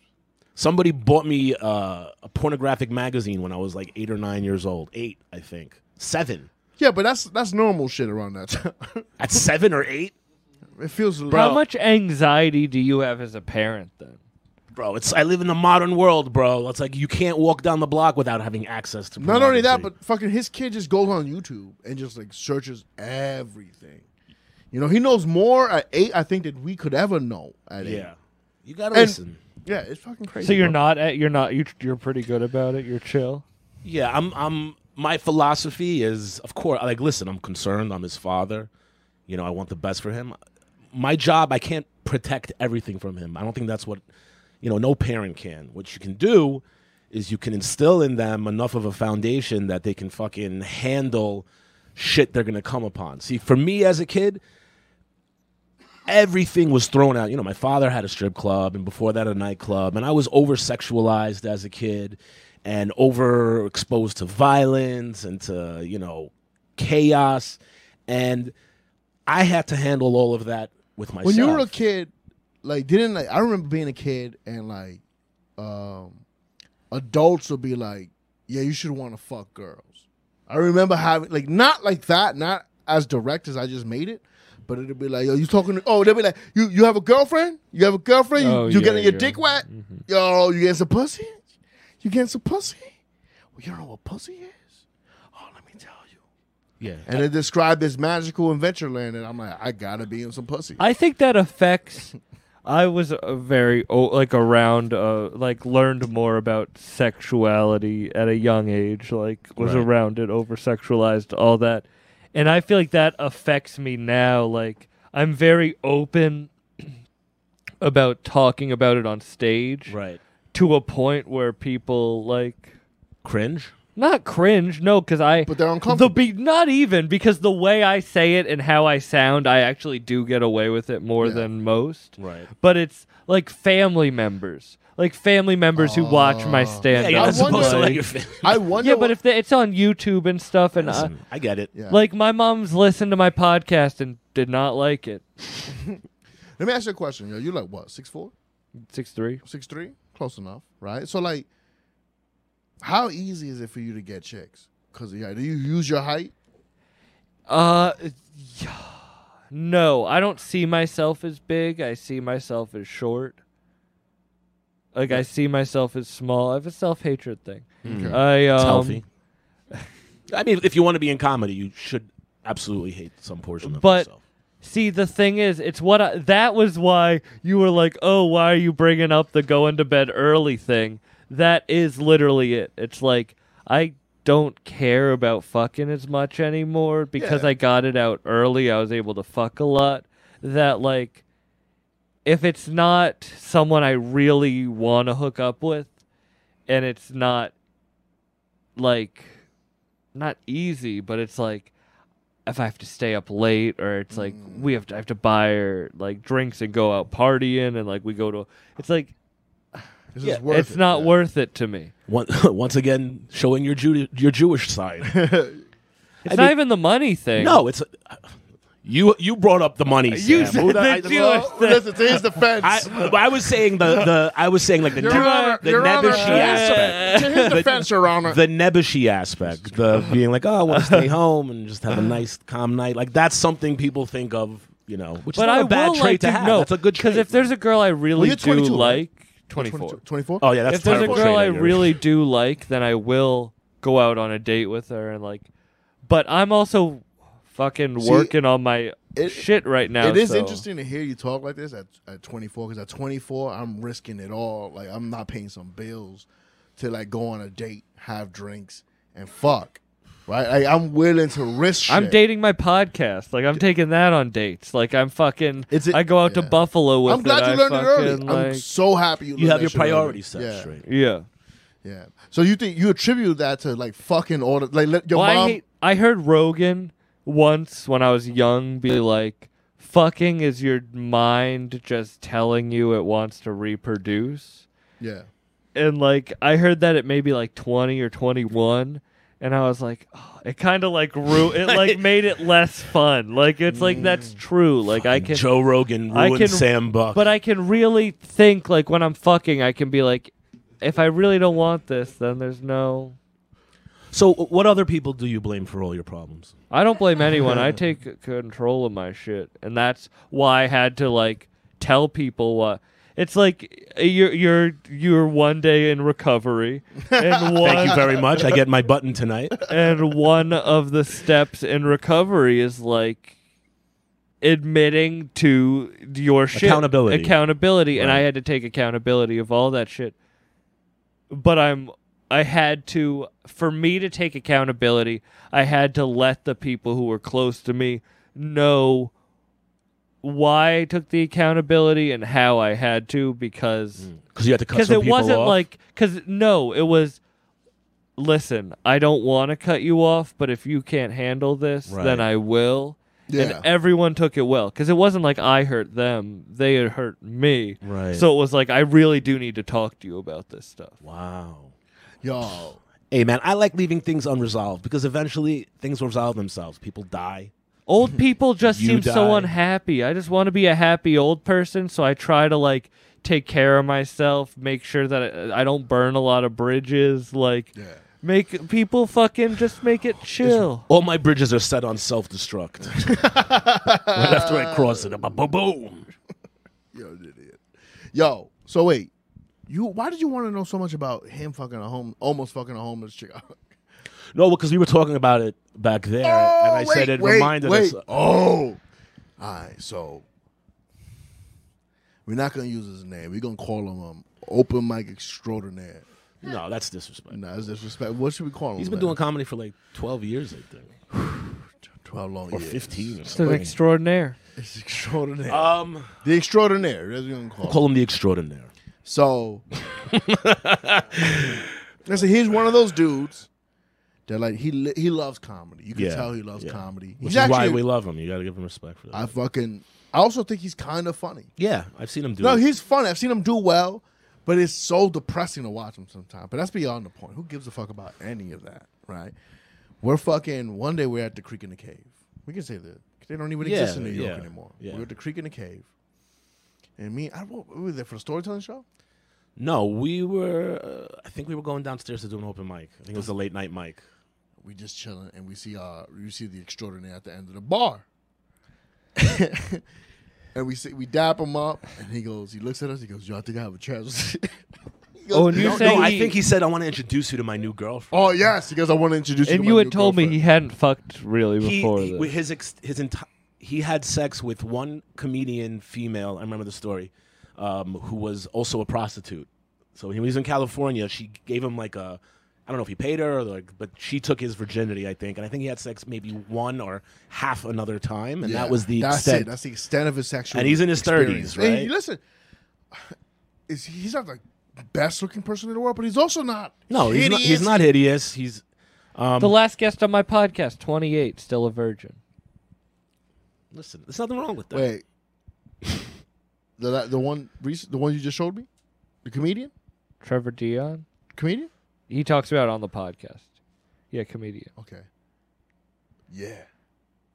C: Somebody bought me uh, a pornographic magazine when I was like eight or nine years old. Eight, I think. Seven.
B: Yeah, but that's that's normal shit around that time.
C: At seven or eight,
B: it feels
E: How much anxiety do you have as a parent then?
C: bro. It's I live in the modern world, bro. It's like you can't walk down the block without having access to.
B: Not only that,
C: pornography.
B: but fucking his kid just goes on YouTube and just like searches everything. You know, he knows more at eight, I think, that we could ever know at eight.
C: yeah, you gotta
B: And-
C: listen.
B: Yeah, it's fucking crazy.
E: So you're
B: bro.
E: not at, you're not you're, you're pretty good about it. You're chill.
C: Yeah, I'm. I'm. My philosophy is, of course, like listen. I'm concerned. I'm his father. You know, I want the best for him. My job, I can't protect everything from him. I don't think that's what, you know, no parent can. What you can do is you can instill in them enough of a foundation that they can fucking handle shit they're gonna come upon. See, for me as a kid, everything was thrown out. You know, my father had a strip club and before that a nightclub, and I was over sexualized as a kid and overexposed to violence and to, you know, chaos. And I had to handle all of that with myself.
B: when you were a kid, like didn't like I remember being a kid and like um adults would be like, Yeah, you should want to fuck girls. I remember having like not like that, not as direct as I just made it, but it'd be like, Yo, you talking to oh, they'd be like, You you have a girlfriend? You have a girlfriend? You,
E: Oh,
B: you
E: yeah,
B: getting your
E: yeah. Mm-hmm.
B: dick wet? Yo, you getting some pussy? You getting some pussy? Well, you don't know what pussy is? Oh, let me tell you.
C: yeah.
B: And it described this magical adventure land, and I'm like, I gotta be in some pussy.
E: I think that affects. I was a very oh, like around uh like learned more about sexuality at a young age. Like was
C: Right.
E: around it, over sexualized, all that, and I feel like that affects me now. Like I'm very open about talking about it on stage
C: right.
E: to a point where people like
C: Cringe.
E: not cringe no because i
B: But they're
E: the
B: uncomfortable.
E: be not even because the way i say it and how i sound i actually do get away with it more
B: Yeah.
E: than most
C: Right.
E: but it's like family members like family members who watch my stand
C: Yeah, you're not
B: I wonder-
C: supposed to let your family.
B: I wonder.
E: yeah but
B: what-
E: if they, it's on youtube and stuff and I,
C: Listen, I get it.
B: Yeah.
E: like my mom's listened to my podcast and did not like it
B: Let me ask you a question. Yo, you like what? Six four,
E: six three
B: six three, close enough, right? So like, how easy is it for you to get chicks? Cause yeah, do you use your height?
E: uh yeah. no i don't see myself as big i see myself as short like i see myself as small i have a self-hatred thing
B: Okay.
E: I um,
C: It's healthy. I mean, if you want to be in comedy, you should absolutely hate some portion of
E: But-
C: yourself.
E: see the thing is, it's what I, that was why you were like, "Oh, why are you bringing up the going to bed early thing?" That is literally it. It's like I don't care about fucking as much anymore because
B: Yeah.
E: I got it out early. I was able to fuck a lot. That like if it's not someone I really want to hook up with and it's not like not easy, but it's like if I have to stay up late or it's like
C: Mm.
E: we have to I have to buy her like drinks and go out partying and like we go to it's like
B: This
C: Yeah,
B: is worth
E: it's not worth it to me.
C: One, once again, showing your Jew, your Jewish side.
E: It's not even the money thing.
C: No, it's you. You brought up the money. Sam.
E: You said
C: Who the-
E: the
C: I-
E: Jewish
B: Well, listen to his defense.
C: I, I was saying the, the I was saying like the
B: Your
C: neb-
B: Honor-
C: the
B: Your Honor,
C: Nebuchadnezzar
B: uh,
C: aspect,
B: to his defense, Your Honor.
C: the Nebuchadnezzar aspect, the being like, oh, I want to stay home and just have a nice calm night. Like that's something people think of, you know, which is
E: but
C: not
E: I
C: a bad
E: will
C: trait
E: like
C: to
E: to
C: have.
E: know
C: That's a good trait.
E: because if there's a girl I really
B: you're
E: do
B: 22, right?
E: like, twenty
B: 24.
E: four.
B: 24?
C: oh yeah, that's
E: if there's a
C: terrible
E: girl
C: trait
E: I
C: on your-
E: really do like, then I will go out on a date with her and like. But I'm also fucking
B: See,
E: working on my
B: it-
E: shit right now.
B: It is
E: so-
B: interesting to hear you talk like this at, at 24 because at 24 I'm risking it all. Like I'm not paying some bills to like go on a date, have drinks, and fuck. Right? Like, I'm willing to risk. Shit.
E: I'm dating my podcast. Like I'm taking that on dates. Like I'm fucking.
B: It's a-
E: I go out to
B: yeah.
E: Buffalo with.
B: I'm glad
E: it.
B: you
E: I
B: learned it early.
E: fucking,
B: I'm
E: Like,
B: so happy you.
C: you
B: learned
C: have
B: that
C: your
B: shit early.
C: priorities set
B: yeah,
C: straight.
E: yeah.
B: Yeah. So you think you attribute that to like fucking order, like let your
E: Well,
B: mom.
E: I, hate, I heard Rogan once when I was young be like, "Fucking is your mind just telling you it wants to reproduce."
B: yeah.
E: and like I heard that at maybe like 20 or 21 and I was like oh, it kind of like ru- it like made it less fun. Like it's like that's
B: Mm.
E: true. Like I can
C: Joe Rogan
E: I
C: ruined
E: can-
C: Sam Buck.
E: but I can really think like when I'm fucking I can be like if I really don't want this then there's no
C: so, what other people do you blame for all your problems?
E: I don't blame anyone. I take c- control of my shit, and that's why I had to like tell people what. It's like uh, you're you're you're one day in recovery, and one
C: Thank you very much. I get my button tonight.
E: and one of the steps in recovery is like admitting to your shit
C: Accountability.
E: accountability and i
C: Right.
E: had to take accountability of all that shit but i'm i had to for me to take accountability i had to let the people who were close to me know why i took the accountability and how i had to because
C: Because you had to cut
E: because
C: some
E: it
C: people
E: wasn't
C: off.
E: like because no it was listen i don't want to cut you off but if you can't handle this
C: Right.
E: then i will
B: Yeah.
E: and everyone took it well because it wasn't like i hurt them they had hurt me
C: Right.
E: so it was like i really do need to talk to you about this stuff
C: wow.
B: Yo,
C: Hey man, I like leaving things unresolved because eventually things will resolve themselves. People die.
E: old people just
C: You
E: seem so
C: die.
E: unhappy i just want to be a happy old person so i try to like take care of myself make sure that i, I don't burn a lot of bridges like
B: Yeah.
E: make people fucking just make it chill
C: All my bridges are set on self-destruct. right after I cross it, boom, boom.
B: yo, an idiot. Yo, so wait, you why did you want to know so much about him fucking a home, almost fucking a homeless chick?
C: No, because we were talking about it back there, and I said it reminded
B: Oh, wait.
C: us.
B: Oh, all right. So we're not gonna use his name. We're gonna call him um, open mic extraordinaire.
C: No, that's disrespect.
B: Nah, that's disrespect. What should we call him?
C: He's been
B: man?
C: doing comedy for like twelve years, I think,
B: twelve long
C: or
B: years.
C: fifteen. Or
E: It's an
C: something.
E: extraordinaire.
B: It's extraordinaire.
C: Um,
B: the extraordinaire. That's what we're gonna call. him.
C: call him the extraordinaire.
B: So, listen, he's one of those dudes that like he li- he loves comedy. You can
C: Yeah,
B: tell he loves
C: yeah.
B: comedy.
C: Which
B: he's
C: is why
B: actually,
C: we love him. You got to give him respect for that.
B: I fucking. I also think he's kind of funny.
C: yeah, I've seen him do.
B: No,
C: it.
B: he's funny. I've seen him do well, but it's so depressing to watch him sometimes. But that's beyond the point. Who gives a fuck about any of that, right? We're fucking. One day we're at the creek in the cave. We can say that 'cause they don't even
C: Yeah,
B: exist in New York
C: yeah,
B: anymore.
C: yeah.
B: We're at the creek in the cave, and me. I we were there for a storytelling show.
C: no, we were. Uh, I think we were going downstairs to do an open mic. I think it was a late night mic.
B: we just chilling and we see uh we see the extraordinaire at the end of the bar. and we see, we dap him up and he goes, he looks at us, he goes, Yo, I think I have a chance. He goes,
E: Oh, and you
B: "No,
E: said-
B: no."
C: No, I
E: he-
C: think he said, "I want to introduce you to my new girlfriend."
B: Oh yes, he goes, I want to introduce you
E: And
B: to
E: you
B: my
E: had
B: new
E: told me he
B: girlfriend."
E: hadn't fucked really
C: he,
E: Oh, before
C: he-
E: this.
C: with his ex, his entire he had sex with one comedian female. I remember the story, um, who was also a prostitute. So when he was in California, she gave him like a. I don't know if he paid her, or like, but she took his virginity, I think, and I think he had sex maybe one or half another time, and
B: Yeah,
C: that was the
B: that's
C: extent.
B: it. That's the extent of his sexual
C: And he's in his 30s,
B: experience. And
C: right?
B: listen, is he's not the best looking person in the world, but he's also not
C: no, he's not, he's
B: hideous.
C: not hideous. He's
B: Um,
E: the last guest on my podcast, 28, still a virgin.
C: listen. There's nothing wrong with that.
B: Wait. the the one recent, the one you just showed me? The comedian?
E: Trevor Dion.
B: Comedian?
E: He talks about it on the podcast. Yeah, comedian.
B: Okay. Yeah.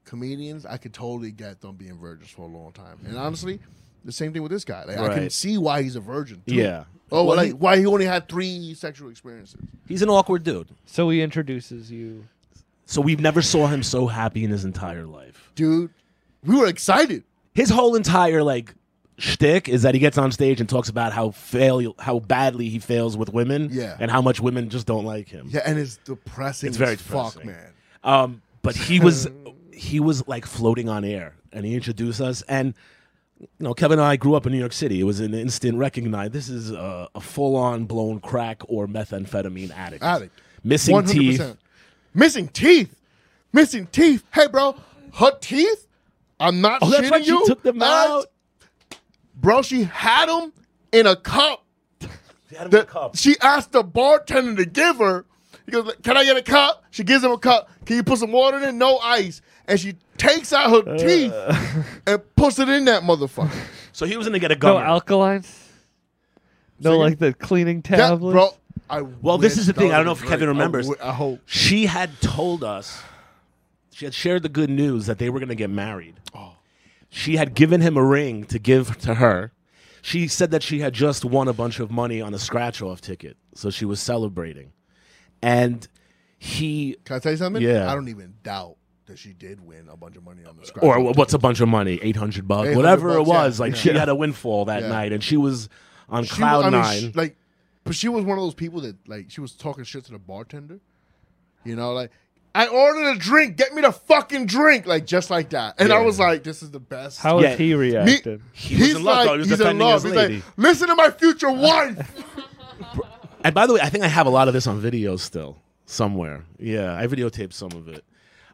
B: Comedians, I could totally get them being virgins for a long time. And honestly, the same thing with this guy. Like, I can
C: Right.
B: see why he's a virgin. Too.
C: Yeah.
B: Oh,
C: Well,
B: like
C: he-
B: why he only had three sexual experiences.
C: He's an awkward dude.
E: So he introduces you.
C: So we never saw him so happy in his entire life.
B: Dude, we were excited.
C: his whole entire like shtick is that he gets on stage and talks about how fail how badly he fails with women,
B: Yeah.
C: and how much women just don't like him.
B: Yeah, and it's depressing.
C: It's very
B: as Fuck,
C: depressing.
B: man.
C: Um, but he was he was like floating on air, and he introduced us. And you know, Kevin and I grew up in New York City. It was an instant recognize. This is a, a full on blown crack or methamphetamine addict.
B: Addict.
C: Missing teeth.
B: Missing teeth. Missing teeth. Hey, bro, her teeth. I'm not
C: Oh,
B: shitting
C: that's why she
B: you.
C: took them
B: I-
C: out.
B: Bro, she had them in a cup.
C: She had him in
B: The-
C: a cup.
B: She asked the bartender to give her. He goes, "Can I get a cup?" She gives him a cup. Can you put some water in it? No ice. And she takes out her
C: Uh.
B: teeth and puts it in that motherfucker.
C: So he was gonna get a
E: No
C: gun.
E: alkalines? No, like the cleaning
B: That,
E: tablet.
B: bro, I
C: Well, this
B: wish
C: is the thing.
B: that
C: I don't know
B: would've
C: if
B: been
C: Kevin
B: great. I
C: remembers.
B: wi- I hope.
C: She had told us, she had shared the good news that they were going to get married.
B: Oh.
C: She had given him a ring to give to her. She said that she had just won a bunch of money on a scratch off ticket. So she was celebrating. And he,
B: Can I tell you something?
C: Yeah.
B: I don't even doubt that she did win a bunch of money on the scratch.
C: or what's a bunch of money? 800 bucks,
B: 800
C: whatever it
B: bucks, yeah.
C: was. Like she had a windfall that
B: Yeah.
C: night and she was on
B: She
C: cloud
B: was, I mean,
C: nine.
B: she- like, but she was one of those people that like she was talking shit to the bartender. You know, like I ordered a drink. Get me the fucking drink, like just like that. And I
C: Yeah.
B: was like, this is the best.
E: How
C: Yeah.
E: is he reacting?
C: He was in love, though. He was defending his
B: He's
C: lady.
B: like, listen to my future wife.
C: And by the way, I think I have a lot of this on video still somewhere. Yeah, I videotaped some of it.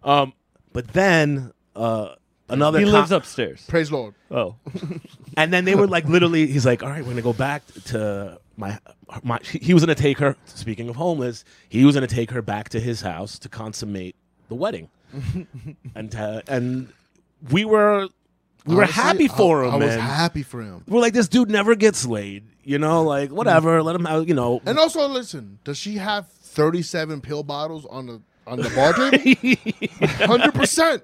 C: Um, but then uh, another
E: He
C: co-
E: lives upstairs.
B: Praise Lord.
E: Oh,
C: and then they were like literally. He's like, "All right, we're gonna go back to my my." He he was gonna take her. Speaking of homeless, he was gonna take her back to his house to consummate the wedding, and uh, and we were we were
B: Honestly,
C: happy for
B: I,
C: him.
B: I was
C: man.
B: happy for him.
C: we're like, this dude never gets laid. You know, like whatever. Let him have. You know,
B: And also, listen, does she have thirty-seven pill bottles on the on the bar table? Hundred percent,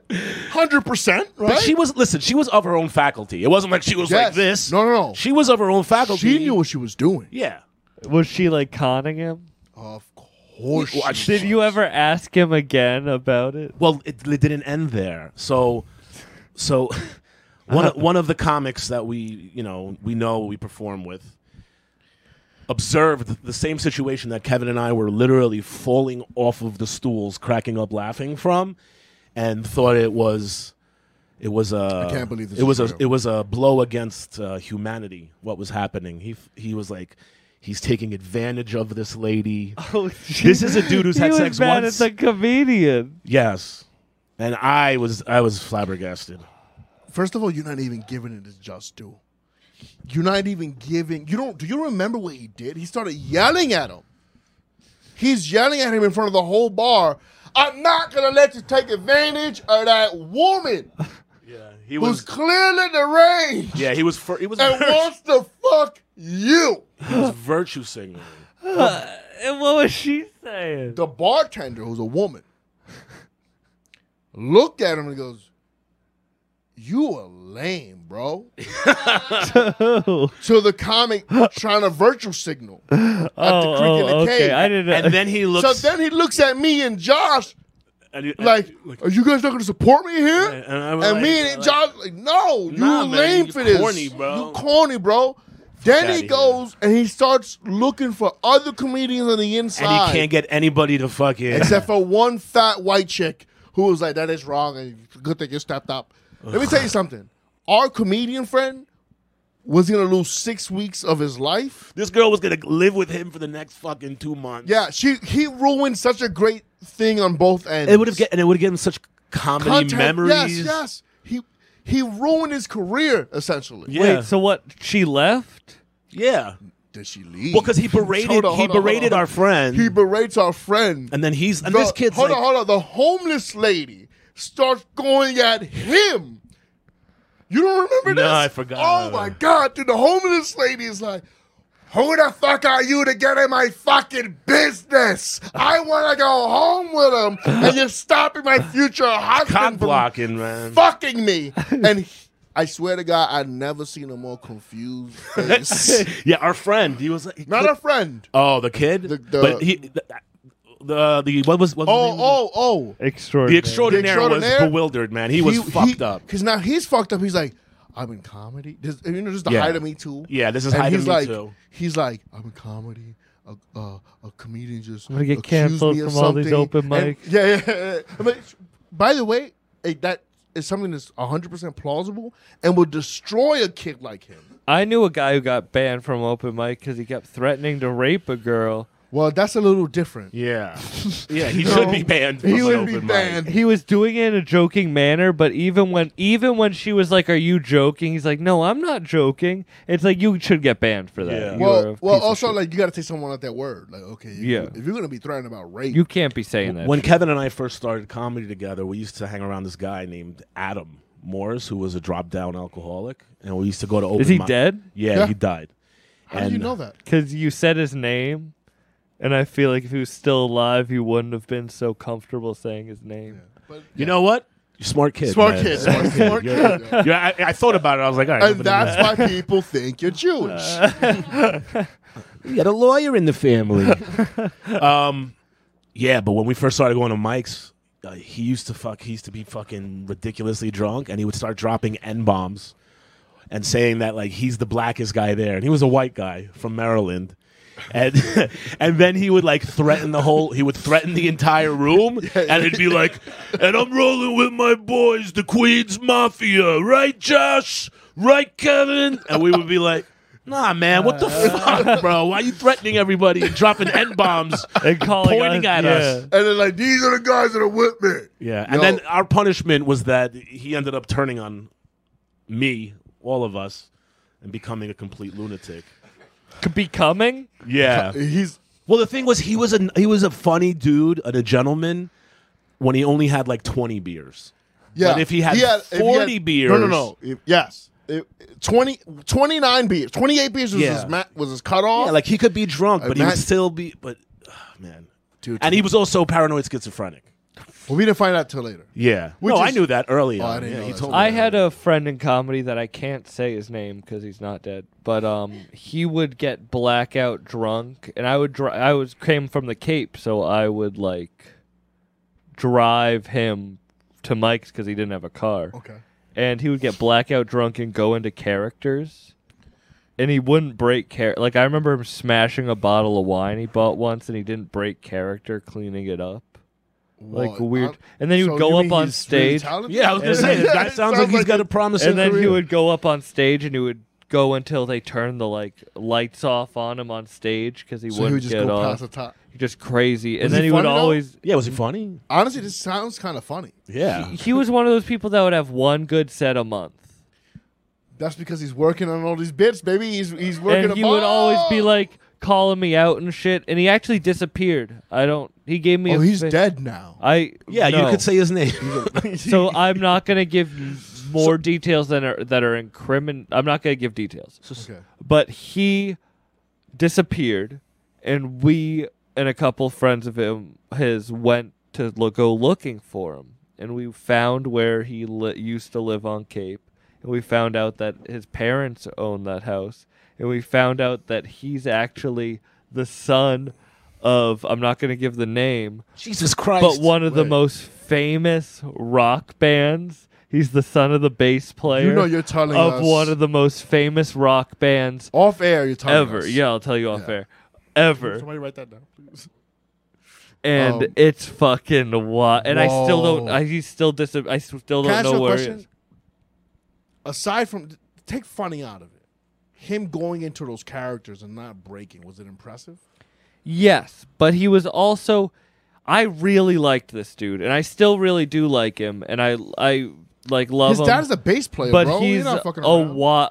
B: hundred percent, right?
C: But she was listen. She was of her own faculty. It wasn't like she was like
B: Yes.
C: this.
B: No, no, no.
C: She was of her own faculty.
B: She knew what she was doing.
C: Yeah.
E: was she like conning him?
B: Of course.
C: Well, I-
B: she
E: Did you ever ask him again about it?
C: Well, it, it didn't end there. So, so one of, one of the comics that we you know we know we perform with observed the same situation that Kevin and I were literally falling off of the stools, cracking up laughing from, and thought it was. It was a.
B: I can't believe this
C: It was
B: is
C: a.
B: real.
C: It was a blow against uh, humanity. What was happening? He f- he was like, he's taking advantage of this lady.
B: Ah.
C: This is a dude who's
E: he
C: had
E: was
C: sex
E: mad
C: once.
E: at the comedian.
C: Yes, and I was I was flabbergasted.
B: First of all, you're not even giving it its just due. You're not even giving. You don't. Do you remember what he did? He started yelling at him. He's yelling at him in front of the whole bar. I'm not gonna let you take advantage of that woman
C: Yeah, he
B: who's clearly deranged
C: Yeah, he was. Fir- he was.
B: and wants to fuck you.
C: he was virtue signaling.
E: And what was she saying?
B: the bartender, who's a woman, looked at him and goes, "You a lame, bro." to the comic trying to virtue signal at the creek in the
E: Oh, okay.
B: cave.
E: I didn't.
C: And then he
B: so
C: looks
B: then he looks at me and Josh
C: and he-
B: like,
C: and,
B: "Are you guys not going to support me here?"
C: and, I was
B: and
C: like-
B: me and
C: like,
B: Josh like, "No, you
C: Nah, man,
B: lame
C: you
B: for this.
C: corny, bro.
B: You corny, bro." Then
C: outta
B: he
C: here.
B: goes and he starts looking for other comedians on the
C: and he
B: inside
C: can't get anybody to fuck it.
B: except for one fat white chick who was like, "That is wrong," and good thing you stepped up. Let me tell you something. Our comedian friend was gonna lose six weeks of his life.
C: this girl was gonna live with him for the next fucking two months.
B: Yeah, she he ruined such a great thing on both ends.
C: it would have get and it would have given such comedy memories.
B: Yes, yes. He he ruined his career essentially.
C: Yeah.
E: Wait, so what? She left.
C: yeah.
B: Did she leave?
C: Well, because he berated
B: Hold on,
C: he
B: hold on, hold
C: berated
B: on.
C: our friend,
B: he berates our friend.
C: and then he's and
B: The-
C: this kid's
B: hold
C: like,
B: on, hold on. The homeless lady starts going at him. You don't remember
C: No,
B: this?
C: I forgot.
B: Oh my god, dude! The homeless lady is like, "Who the fuck are you to get in my fucking business? I want to go home with him, and you're stopping my future
C: cock
B: husband from
C: blocking, man.
B: fucking me." And he- I swear to God, I've never seen a more confused face.
C: yeah, our friend. He was like,
B: Not a friend.
C: Oh, the kid.
B: The- the-
C: but he, the, the, the what was what was the, name of
B: Oh, oh, oh.
C: the-
E: Extraordinary.
C: the extraordinaire,
B: The
C: was
B: extraordinaire?
C: bewildered, man. He was fucked up.
B: Because now he's fucked up. He's like, I'm in comedy. This, you know, this is the
C: Yeah.
B: height of Me Too.
C: Yeah, this is
B: and
C: high to
B: he's
C: me
B: like,
C: too.
B: He's like, I'm in comedy. A, uh, a comedian just. I'm
E: gonna get canceled from all these open mics.
B: yeah, yeah. yeah. I mean, by the way, eh, that is something that's 100% plausible and will destroy a kid like him.
E: I knew a guy who got banned from open mic because he kept threatening to rape a girl.
B: Well, that's a little different.
C: Yeah, yeah. He
B: No.
C: should be banned. From
B: He
C: an
B: would
C: open
B: be
C: mic.
B: banned.
E: He was doing it in a joking manner, but even when even when she was like, "Are you joking?" He's like, "No, I'm not joking." It's like you should get banned for that.
C: Yeah.
E: You are
B: well,
E: a
B: well,
E: piece of
B: also
E: shit.
B: like you got to take someone at that word. Like, okay, you,
E: Yeah.
B: If you're gonna be threatened about rape,
E: you can't be saying that.
C: When Kevin and I first started comedy together, we used to hang around this guy named Adam Morris, who was a drop down alcoholic, and we used to go to open.
E: Is he
C: mic-
E: dead?
C: Yeah,
B: Yeah.
C: he died.
B: How do you
C: And-
B: know that?
E: Because you said his name, and I feel like if he was still alive, he wouldn't have been so comfortable saying his name.
B: But,
C: You know what? You're smart kid.
B: smart
C: man.
B: kid, smart kid, smart
C: You're-
B: kid. yo.
C: Yeah, I, I thought about it. I was like, all right.
B: And that's why people think you're Jewish.
C: Uh. you got a lawyer in the family. um, yeah, but when we first started going to Mike's, uh, he used to fuck. He used to be fucking ridiculously drunk, and he would start dropping n bombs and saying that like he's the blackest guy there, and he was a white guy from Maryland. And and then he would like threaten the whole he would threaten the entire room and it'd be like and I'm rolling with my boys, the Queens Mafia, right Josh? Right Kevin? And we would be like, Nah man, what the fuck, bro? Why you threatening everybody and dropping N bombs
E: And calling
C: pointing
E: us,
C: at us?
E: yeah.
B: And they're like, these are the guys that are with me.
C: Yeah, and
B: Yo.
C: then our punishment was that he ended up turning on me, all of us, and becoming a complete lunatic.
E: Could be coming.
C: Yeah.
B: He's
C: well, the thing was, he was a he was a funny dude and a gentleman when he only had like twenty beers.
B: yeah.
C: But if he had 40 beers-
B: no, no, no. If- yes, if, 20, 29 beers, twenty eight beers was
C: Yeah.
B: his ma- was his cutoff.
C: Yeah, like he could be drunk, but he would
B: Imagine-
C: still be. But ah, man,
B: Dude,
C: and he was also paranoid schizophrenic.
B: well, we didn't find out till later.
C: Yeah.
B: Which
C: no, I
B: is-
C: knew that early.
B: Oh, I
C: on.
B: didn't
C: Yeah,
B: know
C: he
B: that.
C: told me.
E: I had a friend in comedy that I can't say his name because he's not dead, but um, he would get blackout drunk, and I would dri- I was came from the Cape, so I would like drive him to Mike's because he didn't have a car,
B: Okay,
E: and he would get blackout drunk and go into characters, and he wouldn't break character. Like I remember him smashing a bottle of wine he bought once, and he didn't break character cleaning it up. Like
B: Well,
E: weird,
B: I'm-
E: and then he
B: so
E: would
B: you
E: go
B: mean
E: up on
B: he's really
E: stage.
B: talented?
C: Yeah, I was gonna say this guy
B: It
C: sounds, like he's got a promising
E: and then
C: career.
E: he would go up on stage and he would go until they turned the like lights off on him on stage because he
B: So he
E: wouldn't
B: would just
E: get
B: go
E: off.
B: past the top.
E: just crazy,
B: Was
E: and then
B: he
E: he would
B: funny, though?
E: always.
C: yeah, was he funny?
B: Honestly, this sounds kind of funny.
C: Yeah.
E: He was one of those people that would have one good set a month,
B: That's because he's working on all these bits, baby. He's he's working. Oh.
E: and
B: them
E: he would always
B: all.
E: be like calling me out and shit. And he actually disappeared. I don't. He gave me.
B: "Oh,
E: a
B: he's
E: fa-
B: dead now."
E: I
C: Yeah,
E: no.
C: you could say his name.
E: So I'm not gonna give more details than are, that are incrimin. I'm not gonna give details.
B: okay.
E: but he disappeared and we and a couple friends of him his went to look, go looking for him and we found where he li- used to live on cape and we found out that his parents own that house and we found out that he's actually the son of i'm not going to give the name
C: Jesus Christ.
E: but one of the
B: Wait.
E: most famous rock bands he's the son of the bass player
B: You know, you're telling
E: of
B: us
E: one of the most famous rock bands
B: off air. You're telling
E: ever.
B: us.
E: Yeah, I'll tell you off
B: Yeah.
E: air. Ever.
B: Somebody write that down, please.
E: And
B: Um,
E: it's fucking wild. And I still don't.
B: Whoa.
E: I he's still dis- I still
B: Can I ask
E: don't
B: you
E: know
B: a
E: where. He
B: question?
E: is.
B: Aside from take funny out of it, him going into those characters and not breaking was it impressive?
E: Yes, but he was also. I really liked this dude, and I still really do like him, and I I like love
B: His
E: him.
B: dad is a bass player,
E: but
B: bro.
E: he's
B: not fucking
E: a
B: around.
E: wa-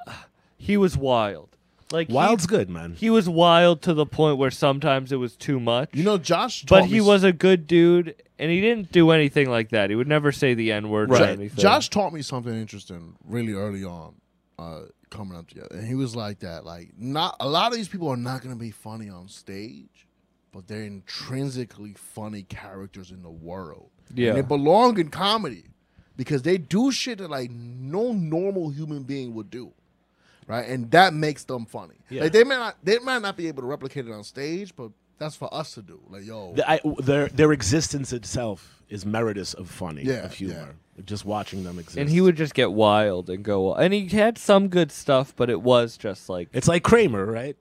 E: He was wild. Like he-
C: Wild's good, man.
E: He was wild to the point where sometimes it was too much.
B: you know, Josh.
E: but
B: taught
E: he
B: me-
E: was a good dude, and he didn't do anything like that. He would never say the n word
B: Jo-
E: or anything.
B: Josh taught me something interesting really early on, uh, coming up together, and he was like that. Like, not a lot of these people are not going to be funny on stage, but they're intrinsically funny characters in the world.
E: Yeah.
B: and they belong in comedy because they do shit that like no normal human being would do. Right, and that makes them funny.
C: Yeah.
B: Like they may not, they might not be able to replicate it on stage, but that's for us to do. Like, yo,
C: The- I- their their existence itself is meritus of funny,
B: Yeah,
C: of humor. Just watching them exist.
E: and he would just get wild and go and he had some good stuff but it was just like
C: It's like Kramer, right?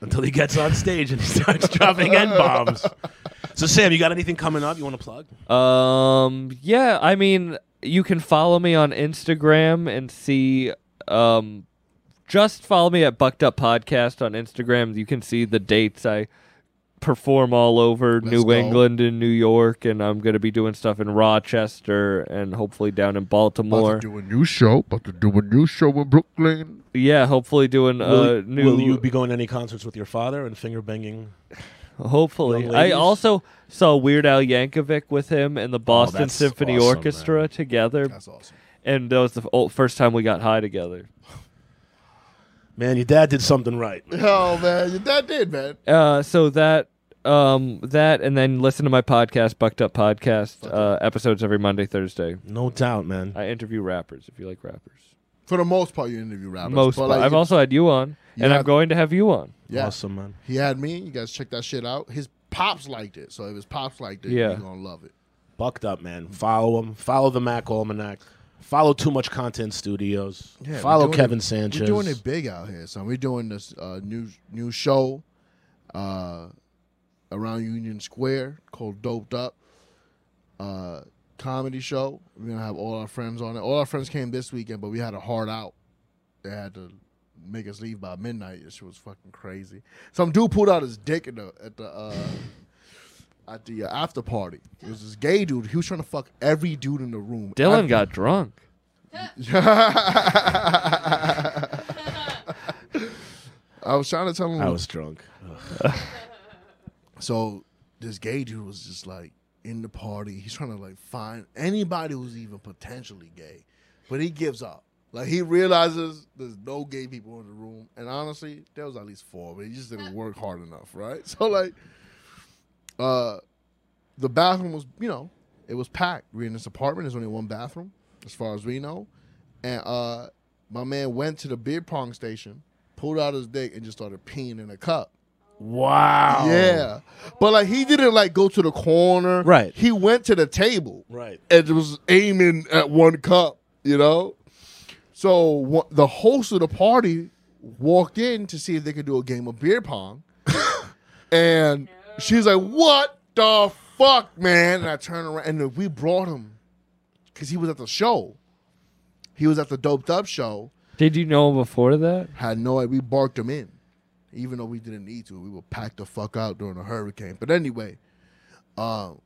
C: Until he gets on stage and he starts dropping n bombs. So Sam, you got anything coming up? You want to plug?
E: um yeah i mean you can follow me on instagram and see um just follow me at bucked up podcast on instagram you can see the dates i perform all over new
B: go.
E: england and new york and i'm going to be doing stuff in rochester and hopefully down in baltimore
B: about to do a new show, about to do a new show in Brooklyn.
E: yeah hopefully doing
C: will,
E: uh new
C: will you be going to any concerts with your father and finger banging?
E: Hopefully,
C: Young
E: I
C: ladies?
E: also saw Weird Al Yankovic with him and the Boston
C: that's
E: Symphony
C: awesome,
E: Orchestra together,
B: That's awesome.
E: and that was the f- oh, first time we got high together.
C: Man, your dad did something right.
B: Oh man, your dad did, man.
E: Uh, so that um that and then listen to my podcast, Bucked Up Podcast, uh, episodes every Monday, Thursday.
C: No doubt, man.
E: I interview rappers if you like rappers.
B: For the most part, you interview rappers.
E: Most,
B: but
E: but I've also had you on, and
B: Yeah.
E: I'm going to have you on.
B: yeah,
C: Awesome, man.
B: he had me. You guys check that shit out. His pops liked it, so if his pops liked it,
E: Yeah.
B: you're gonna love it.
C: Bucked up, man. Follow him. Follow the Mac Almanac. Follow Too Much Content Studios.
B: Yeah, we're
C: Follow
B: doing
C: Kevin
B: it-
C: Sanchez.
B: We're doing it big out here, son. We're doing this uh, new new show uh, around Union Square called Doped Up uh, comedy show. We're gonna have all our friends on it. All our friends came this weekend, but we had a hard out. They had to make us leave by midnight. This shit was fucking crazy. Some dude pulled out his dick at the at the uh, at the uh, after party. It was this gay dude. He was trying to fuck every dude in the room.
E: Dylan got drunk.
B: I was trying to tell him.
C: I was drunk.
B: so this gay dude was just like in the party. He's trying to like find anybody who's even potentially gay, but he gives up. Like he realizes there's no gay people in the room, and honestly, there was at least four, but he just didn't work hard enough, right? So like, uh, the bathroom was, you know, it was packed. We're in this apartment. There's only one bathroom, as far as we know. And uh, my man went to the beer pong station, pulled out his dick, and just started peeing in a cup.
C: Wow.
B: Yeah, but like he didn't like go to the corner.
C: Right.
B: He went to the table
C: Right.
B: and was aiming at one cup. You know, so wha- the host of the party walked in to see if they could do a game of beer pong, and she's like, "What the fuck, man?" And I turn around and then we brought him because he was at the show. He was at the doped up show.
E: Did you know before that?
B: Had no idea. We barked him in, even though we didn't need to. We were packed the fuck out during a hurricane. But anyway, um,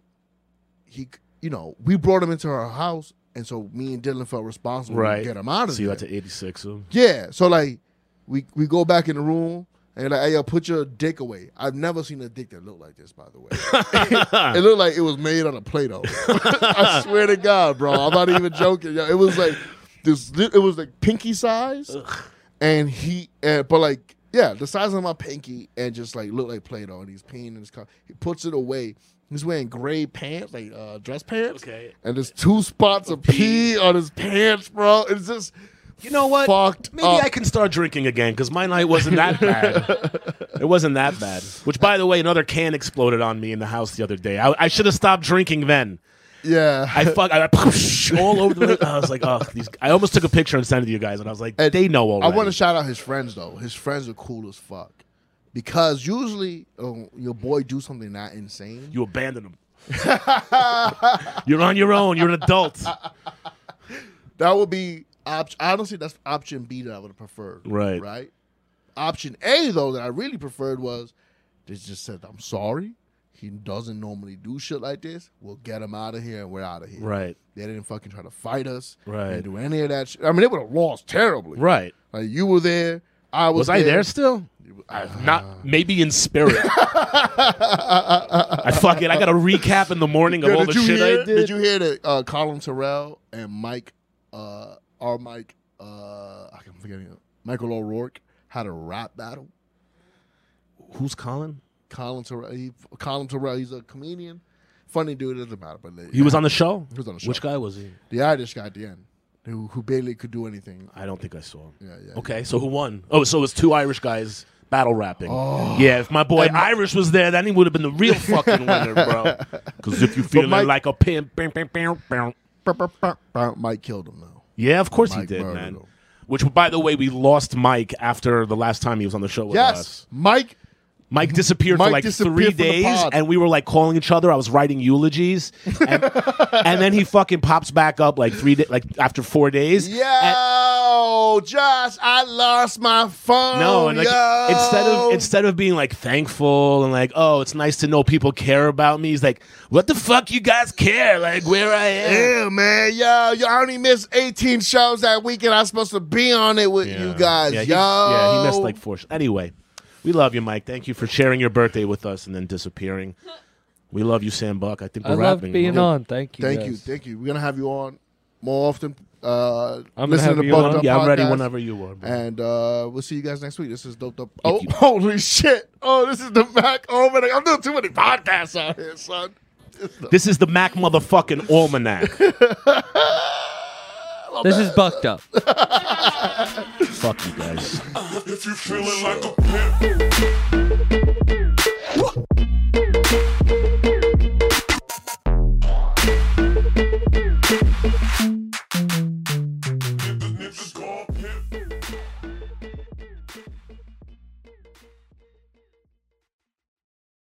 B: he, you know, we brought him into our house, and so me and Dylan felt responsible
C: Right.
B: to get him out of
C: So you
B: there.
C: had to 86 him.
B: yeah. So like, we we go back in the room. And you're like, hey, yo, put your dick away. I've never seen a dick that looked like this, by the way. it looked like it was made out of Play-Doh. I swear to God, bro. I'm not even joking. Yo. It was like this. It was like pinky size, and he, uh, but like, yeah, the size of my pinky, and just like looked like Play-Doh, and he's peeing in his car. He puts it away. He's wearing gray pants, like uh, dress pants.
C: Okay.
B: And there's two spots of pee on his pants, bro. It's just
C: You know what?
B: Fucked
C: Maybe
B: up.
C: I can start drinking again because my night wasn't that bad. it wasn't that bad. Which, by the way, another can exploded on me in the house the other day. I, I should have stopped drinking then.
B: yeah.
C: I fuck. I all over the. I was like, oh, these. I almost took a picture and sent it to you guys, and I was like,
B: And
C: they know already.
B: I want to shout out his friends though. His friends are cool as fuck because usually uh, your boy do something not insane.
C: you abandon them. you're on your own. You're an adult.
B: That would be op- honestly that's option B that I would have preferred.
C: Right.
B: Right. Option A though that I really preferred was they just said I'm sorry. He doesn't normally do shit like this. We'll get him out of here and we're out of here.
C: Right.
B: They didn't fucking try to fight us.
C: Right.
B: They didn't do any of that shit. I mean, they would have lost terribly.
C: Right.
B: Like you were there. I was. Uh,
C: Was I there still?
B: I,
C: Not maybe in spirit. I fuck it. I got a recap in the morning of
B: Yeah,
C: all the
B: did you
C: shit
B: hear?
C: I did.
B: you hear that uh, Colin Terrell and Mike, uh, our Mike, uh, I can forget him, Michael O'Rourke had a rap battle.
C: Who's Colin?
B: Colin Terrell, he, Colin Terrell, he's a comedian, funny dude. It doesn't matter, but they-
C: He was on the show.
B: He was on the show.
C: Which guy was he?
B: the Irish guy at the end, who, who barely could do anything.
C: I don't think I saw him.
B: Yeah, yeah.
C: Okay, so who won? Oh, so it was two Irish guys battle rapping.
B: Oh.
C: Yeah, if my boy Irish was there, then he would have been the real fucking winner, bro. Because if you feeling
B: Mike-
C: like a pimp, bam, bam, bam, bam.
B: yeah. Mike killed him though.
C: yeah, of course he
B: Mike
C: did,
B: murdered
C: man.
B: him.
C: Which, by the way, we lost Mike after the last time he was on the show with
B: Yes,
C: us.
B: Mike.
C: Mike disappeared for
B: Mike
C: like
B: disappeared
C: three
B: from the
C: days,
B: pod.
C: and we were like calling each other. I was writing eulogies, and, and then he fucking pops back up like three, da- like after four days. and-
B: Yo, Josh, I lost my phone.
C: No, and like
B: yo.
C: instead of instead of being like thankful and like, oh, it's nice to know people care about me. He's like, what the fuck you guys care? Like where I am?
B: Yeah, man, yo, yo, I only missed 18 shows that weekend. I was supposed to be on it with you guys,
C: yeah, he,
B: yo.
C: yeah, he missed like four. Sh- anyway, we love you, Mike. Thank you for sharing your birthday with us and then disappearing. We love you, Sam Buck. I think we're
E: I loved
C: wrapping.
E: being
C: huh?
E: on. Thank you.
B: Thank
E: guys.
B: you, thank you. We're gonna have you on more often. Uh,
E: I'm gonna
B: listen
E: have
B: to
E: you
B: both
E: on.
B: the
C: yeah, I'm ready
B: podcasts.
C: whenever you are. bro.
B: And uh, we'll see you guys next week. This is dope, dope. Oh, holy shit! Oh, this is the Mac Almanac. I'm doing too many podcasts out here, son. It's the-
C: This is the Mac motherfucking almanac.
E: This is bucked up.
C: Fuck you guys.
A: If you feeling like a pimp.